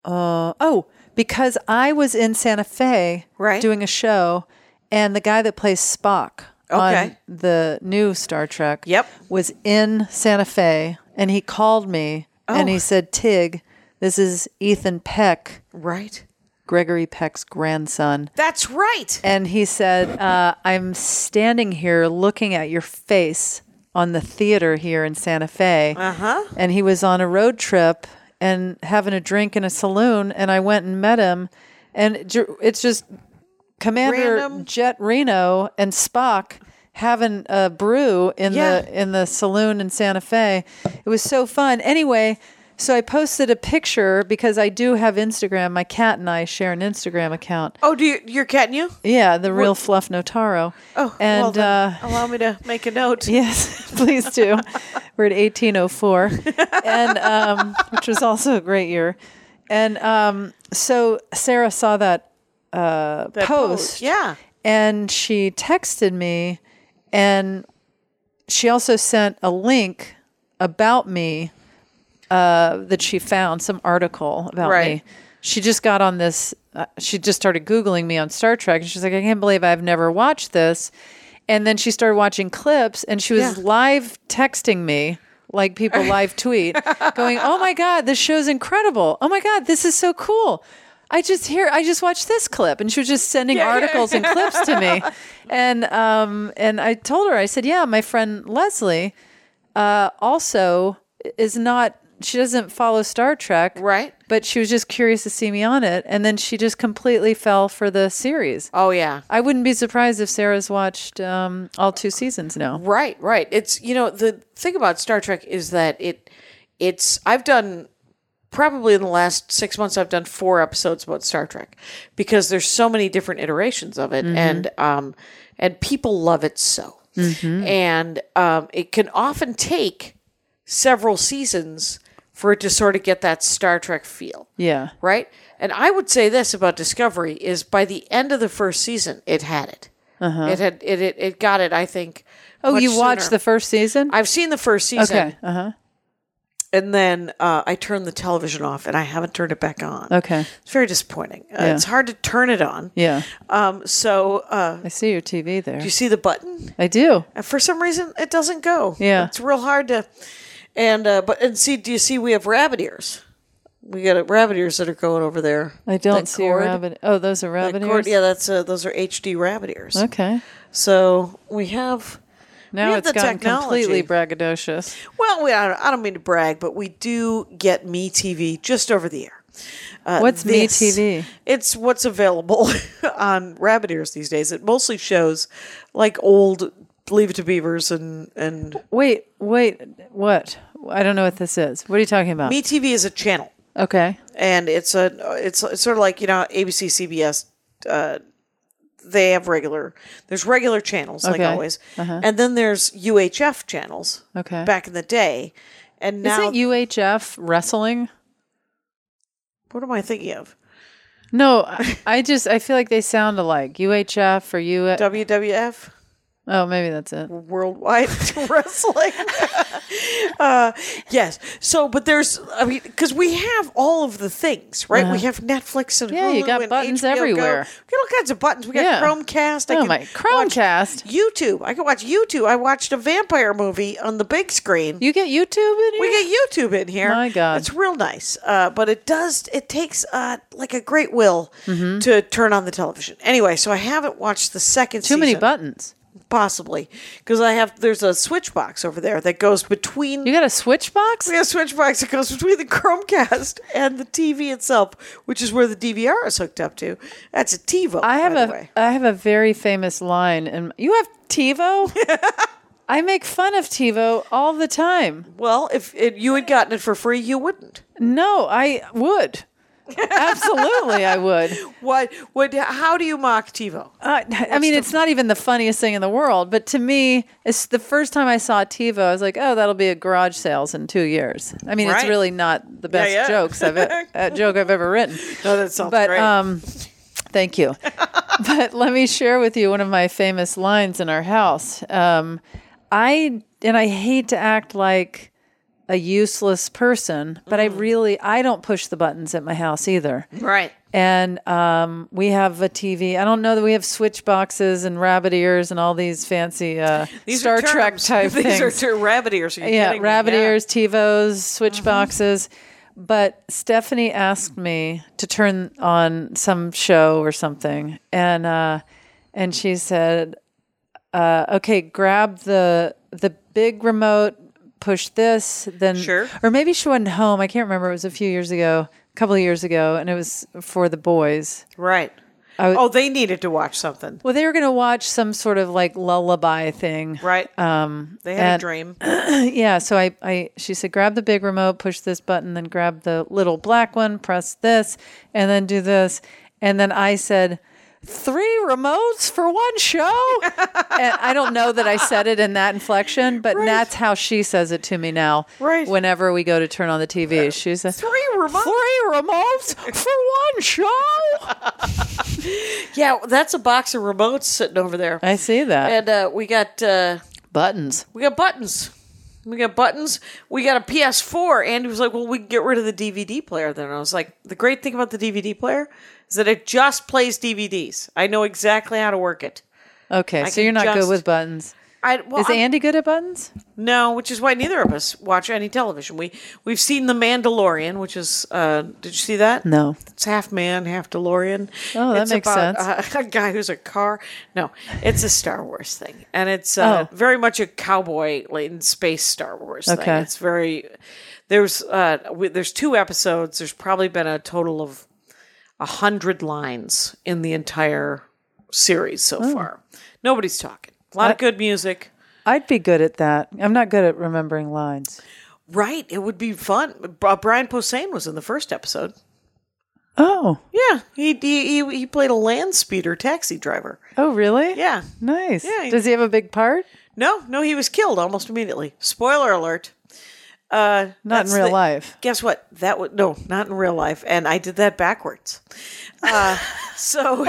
D: uh, oh, because I was in Santa Fe
C: Right.
D: doing a show, and the guy that plays Spock on
C: Okay.
D: the new Star Trek
C: Yep.
D: was in Santa Fe, and he called me and
C: Oh.
D: he said, "Tig, this is Ethan Peck."
C: right.
D: Gregory Peck's grandson.
C: That's right.
D: And he said, uh, I'm standing here looking at your face on the theater here in Santa Fe. Uh-huh. And he was on a road trip and having a drink in a saloon. And I went and met him. And ju- it's just Commander
C: Random.
D: Jet Reno and Spock having a brew in
C: Yeah.
D: the in the saloon in Santa Fe. It was so fun. Anyway, so I posted a picture because I do have Instagram. My cat and I share an Instagram account.
C: Oh, do you, you're catting you?
D: Yeah, the real Fluff Notaro.
C: Oh, well
D: and
C: then,
D: uh,
C: allow me to make a note.
D: yes, please do. We're at eighteen oh four, and um, which was also a great year. And um, so Sarah saw that uh,
C: That
D: post,
C: Oh, Yeah.
D: and she texted me, and she also sent a link about me uh, that she found some article about
C: Right.
D: me. She just got on this. Uh, she just started googling me on Star Trek, and she's like, "I can't believe I've never watched this." And then she started watching clips, and she was
C: Yeah.
D: live texting me, like people live tweet, going, "Oh my god, this show's incredible! Oh my god, this is so cool! I just hear, I just watched this clip," and she was just sending
C: Yeah, yeah.
D: articles and clips to me, and um, and I told her, I said, "Yeah, my friend Leslie." uh, also is not she doesn't follow Star Trek,
C: Right.
D: But she was just curious to see me on it, and then she just completely fell for the series.
C: Oh, yeah.
D: I wouldn't be surprised if Sarah's watched um, all two seasons now.
C: Right, right. It's you know the thing about Star Trek is that it it's I've done probably in the last 6 months I've done 4 episodes about Star Trek because there's so many different iterations of
D: Mm-hmm.
C: it and um and people love it so.
D: Mm-hmm.
C: And um it can often take several seasons for it to sort of get that Star Trek feel.
D: Yeah,
C: Right? And I would say this about Discovery is by the end of the first season, it had it. It had it, it it got it. I think.
D: Uh-huh. Oh,
C: much
D: you watched
C: sooner.
D: the first season?
C: I've seen the first season,
D: okay, uh huh.
C: and then uh, I turned the television off, and I haven't turned it back on.
D: Okay,
C: It's very disappointing. Uh,
D: Yeah.
C: It's hard to turn it on.
D: yeah.
C: Um. So, uh,
D: I see your TV there.
C: do you see the button?
D: I do.
C: And for some reason, it doesn't go.
D: Yeah.
C: It's real hard to. And uh, but and see, do you see we have rabbit ears? We got rabbit ears that are going over there.
D: I don't
C: That
D: see
C: cord.
D: a rabbit. Oh, those are
C: That
D: rabbit
C: cord-
D: ears.
C: yeah, that's uh, those are HD rabbit ears.
D: Okay.
C: So we have.
D: Now
C: have
D: it's
C: the
D: gotten completely
C: technology.
D: braggadocious.
C: Well, we, I, don't, I don't mean to brag, but we do get Me TV just over the air. Uh,
D: What's Me TV?
C: It's what's available on rabbit ears these days. It mostly shows like old Leave It to Beavers and and
D: Wait, wait. What? I don't know what this is. What are you talking about?
C: Me TV is a channel,
D: Okay.
C: and it's a it's, it's sort of like you know ABC, CBS, uh, they have regular. There's regular channels like
D: Okay. Uh-huh.
C: always, and then there's UHF channels.
D: Okay.
C: Back in the day, and now
D: Isn't UHF wrestling?
C: what am I thinking of?
D: No, I- I just I feel like they sound alike. UHF or U.
C: WWF.
D: Oh, maybe that's it.
C: worldwide wrestling. uh, yes. So, but there's, I mean, because we have all of the things, right? We have Netflix and
D: Uh-huh. Yeah,
C: Hulu
D: you got
C: and
D: buttons
C: HBO Go.
D: everywhere.
C: We got all kinds of buttons. We got
D: Yeah.
C: Chromecast. I
D: Oh
C: can
D: my- Chromecast.
C: watch YouTube. I can watch YouTube. I watched a vampire movie on the big screen.
D: You get YouTube in
C: we
D: here?
C: get YouTube in here.
D: My God.
C: it's real nice. Uh, but it does. It takes uh, like a great will
D: Mm-hmm.
C: to turn on the television. Anyway, so I haven't watched the second.
D: Too many
C: season
D: buttons.
C: possibly because I have there's a switch box over there that goes between
D: You got a switch box?
C: we have a switch box that goes between the Chromecast and the TV itself, which is where the DVR is hooked up to. That's a TiVo.
D: I have
C: by the
D: a
C: way.
D: I have a very famous line, and you have TiVo. I make fun of TiVo all the time.
C: well, if it, you had gotten it for free, you wouldn't.
D: No, I would. Absolutely, I would.
C: What? What? How do you mock TiVo?
D: Uh, I mean, it's not even the funniest thing in the world, but to me, it's the first time I saw TiVo. I was like, "Oh, that'll be at garage sales in two years." I mean,
C: Right.
D: it's really not the best
C: yeah.
D: jokes I've e- uh, joke I've ever written.
C: No, Oh, that sounds
D: but
C: great.
D: um, thank you. but let me share with you one of my famous lines in our house. Um, I and I hate to act like a useless person, but
C: Mm.
D: I really I don't push the buttons at my house either
C: right.
D: and um, we have a TV. I don't know that we have switch boxes and rabbit ears and all these fancy uh, Star Trek
C: terms.
D: type
C: These
D: things.
C: are ter- rabbit ears. Are you
D: yeah, Mm-hmm.
C: kidding me?
D: rabbit
C: Yeah.
D: ears, TiVos, switch boxes. But Stephanie asked me to turn on some show or something, and uh, and she said, uh, "Okay, grab the the big remote." Push this, then
C: Sure.
D: or maybe she went home. I can't remember. It was a few years ago, a couple of years ago, and it was for the boys.
C: Right.
D: w-
C: oh, they needed to watch something.
D: Well, they were going to watch some sort of like lullaby thing.
C: Right.
D: Um,
C: they had a
D: and-
C: dream.
D: Yeah. So I, I, she said, grab the big remote, push this button, then grab the little black one, press this, and then do this. And then I said, three remotes for one show. and I don't know that I said it in that inflection, but that's how she says it to me now.
C: Right.
D: Whenever we go to turn on the TV, she says,
C: Three remotes.
D: Three remotes for one show.
C: Yeah, that's a box of remotes sitting over there.
D: I see that.
C: and uh, we got uh,
D: Buttons.
C: we got buttons. We got buttons. We got a PS4. Andy was like, "Well, we can get rid of the DVD player." Then and I was like, "The great thing about the DVD player is that it just plays DVDs. I know exactly how to work it."
D: Okay. so
C: can
D: you're not
C: just-
D: good with buttons.
C: I well,
D: Is
C: I'm-
D: Andy good at buttons?
C: no, which is why neither of us watch any television. We we've seen The Mandalorian, which is uh, did you see that?
D: No.
C: It's half man, half DeLorean.
D: Oh, that
C: it's
D: makes
C: about,
D: sense.
C: Uh, a guy who's a car. No, it's a Star Wars thing, and it's uh,
D: Oh.
C: very much a cowboy like, in space Star Wars thing.
D: Okay.
C: It's very there's uh we, there's two episodes. There's probably been a total of a hundred lines in the entire series so
D: Oh.
C: far. Nobody's talking. A lot of good music.
D: I'd be good at that. I'm not good at remembering lines.
C: Right, it would be fun. Bri- Brian Posehn was in the first episode.
D: Oh.
C: Yeah, he he he, he played a land speeder taxi driver.
D: Oh, really?
C: Yeah,
D: Nice.
C: Yeah, he-
D: Does he have a big part?
C: No, no, he was killed almost immediately. Spoiler alert. Uh,
D: Not in
C: that's
D: real
C: the-
D: life.
C: Guess what? That would no, not in real life, and I did that backwards. Uh, so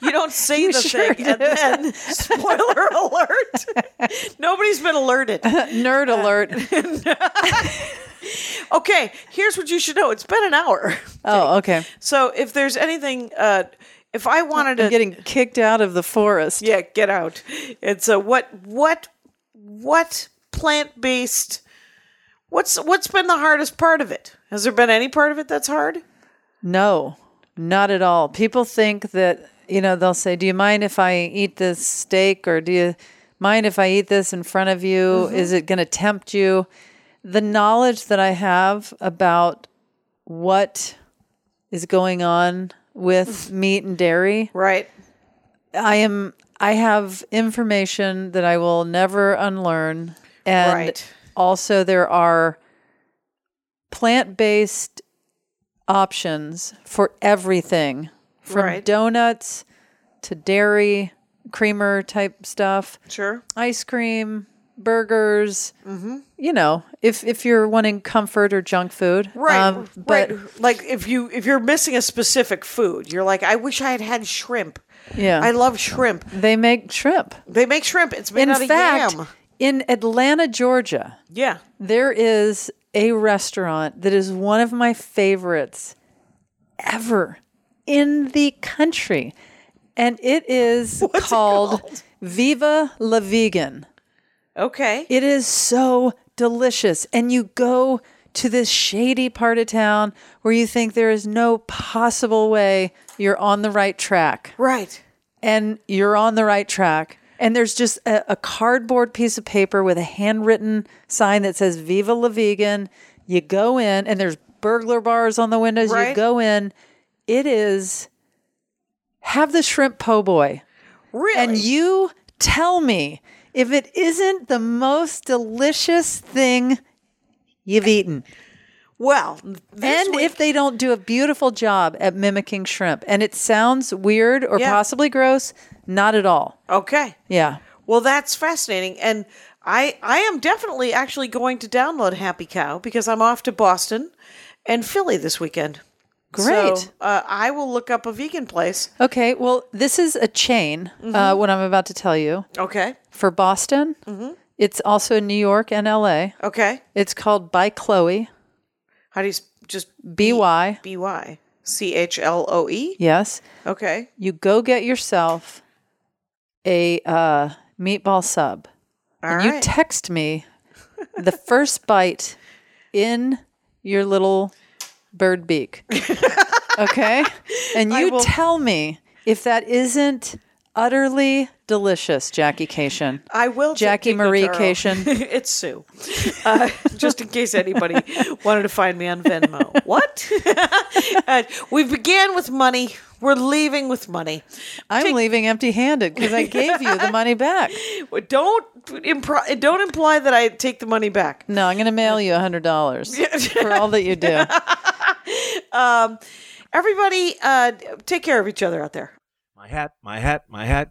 C: you don't say the
D: sure
C: thing, and then spoiler alert. Nobody's been alerted.
D: Nerd alert.
C: Okay, here's what you should know. It's been an hour,
D: oh, okay.
C: so if there's anything, uh, if I wanted to
D: I'm getting kicked out of the forest.
C: Yeah, get out. It's a what what what plant based what's what's been the hardest part of it? Has there been any part of it that's hard?
D: No, not at all. People think that, you know, they'll say, Do you mind if I eat this steak or do you mind if I eat this in front of you? Is it going to tempt you? The knowledge that I have about what is going on with meat and dairy,
C: Right.
D: I am I have information that I will never unlearn and
C: Right.
D: also there are plant-based options for everything from
C: Right.
D: donuts to dairy, creamer type stuff,
C: Sure.
D: ice cream, burgers.
C: Mm-hmm.
D: You know, if if you're wanting comfort or junk food,
C: Right,
D: um,
C: right.
D: but
C: Like if you if you're missing a specific food, you're like, I wish I had had shrimp.
D: Yeah.
C: I love shrimp.
D: they make shrimp.
C: They make shrimp. It's made
D: In
C: out of
D: fact,
C: yam.
D: in Atlanta, Georgia,
C: Yeah.
D: there is a restaurant that is one of my favorites ever in the country. And it is
C: What's it
D: called,
C: called?
D: Viva La Vegan.
C: Okay.
D: It is so delicious. And you go to this shady part of town where you think there is no possible way you're on the right track
C: right.
D: and you're on the right track. And there's just a, a cardboard piece of paper with a handwritten sign that says Viva La Vegan. You go in, and there's burglar bars on the windows.
C: Right.
D: You go in. It is have the shrimp po' boy.
C: Really.
D: And you tell me if it isn't the most delicious thing you've eaten.
C: well, this
D: And
C: week-
D: if they don't do a beautiful job at mimicking shrimp, and it sounds weird or
C: Yeah.
D: possibly gross, not at all.
C: okay.
D: Yeah.
C: Well, that's fascinating, and I I am definitely actually going to download Happy Cow because I'm off to Boston and Philly this weekend. So,
D: Great.
C: uh, I will look up a vegan place.
D: Okay. Well, this is a chain, uh, what I'm about to tell you.
C: Okay.
D: For Boston, it's also in New York and LA.
C: Okay.
D: It's called By Chloe,
C: How do you s- just
D: B Y.
C: B Y C H L O E?
D: Yes.
C: Okay.
D: You go get yourself a uh, meatball sub.
C: All right.
D: You text me the first bite in your little bird beak. okay? And you tell me if that isn't utterly delicious, Jackie Cation.
C: I will. t-
D: Jackie
C: take
D: Marie
C: Notaro.
D: Cation.
C: it's Sue. Uh, just in case anybody wanted to find me on Venmo. What? Uh, we began with money. We're leaving with money.
D: I'm leaving empty-handed because I gave you the money back.
C: Well, Don't impri- don't imply that I take the money back.
D: No, I'm going to mail you hundred dollars for all that you do.
C: Everybody, uh, take care of each other out there.
F: My hat, my hat, my hat.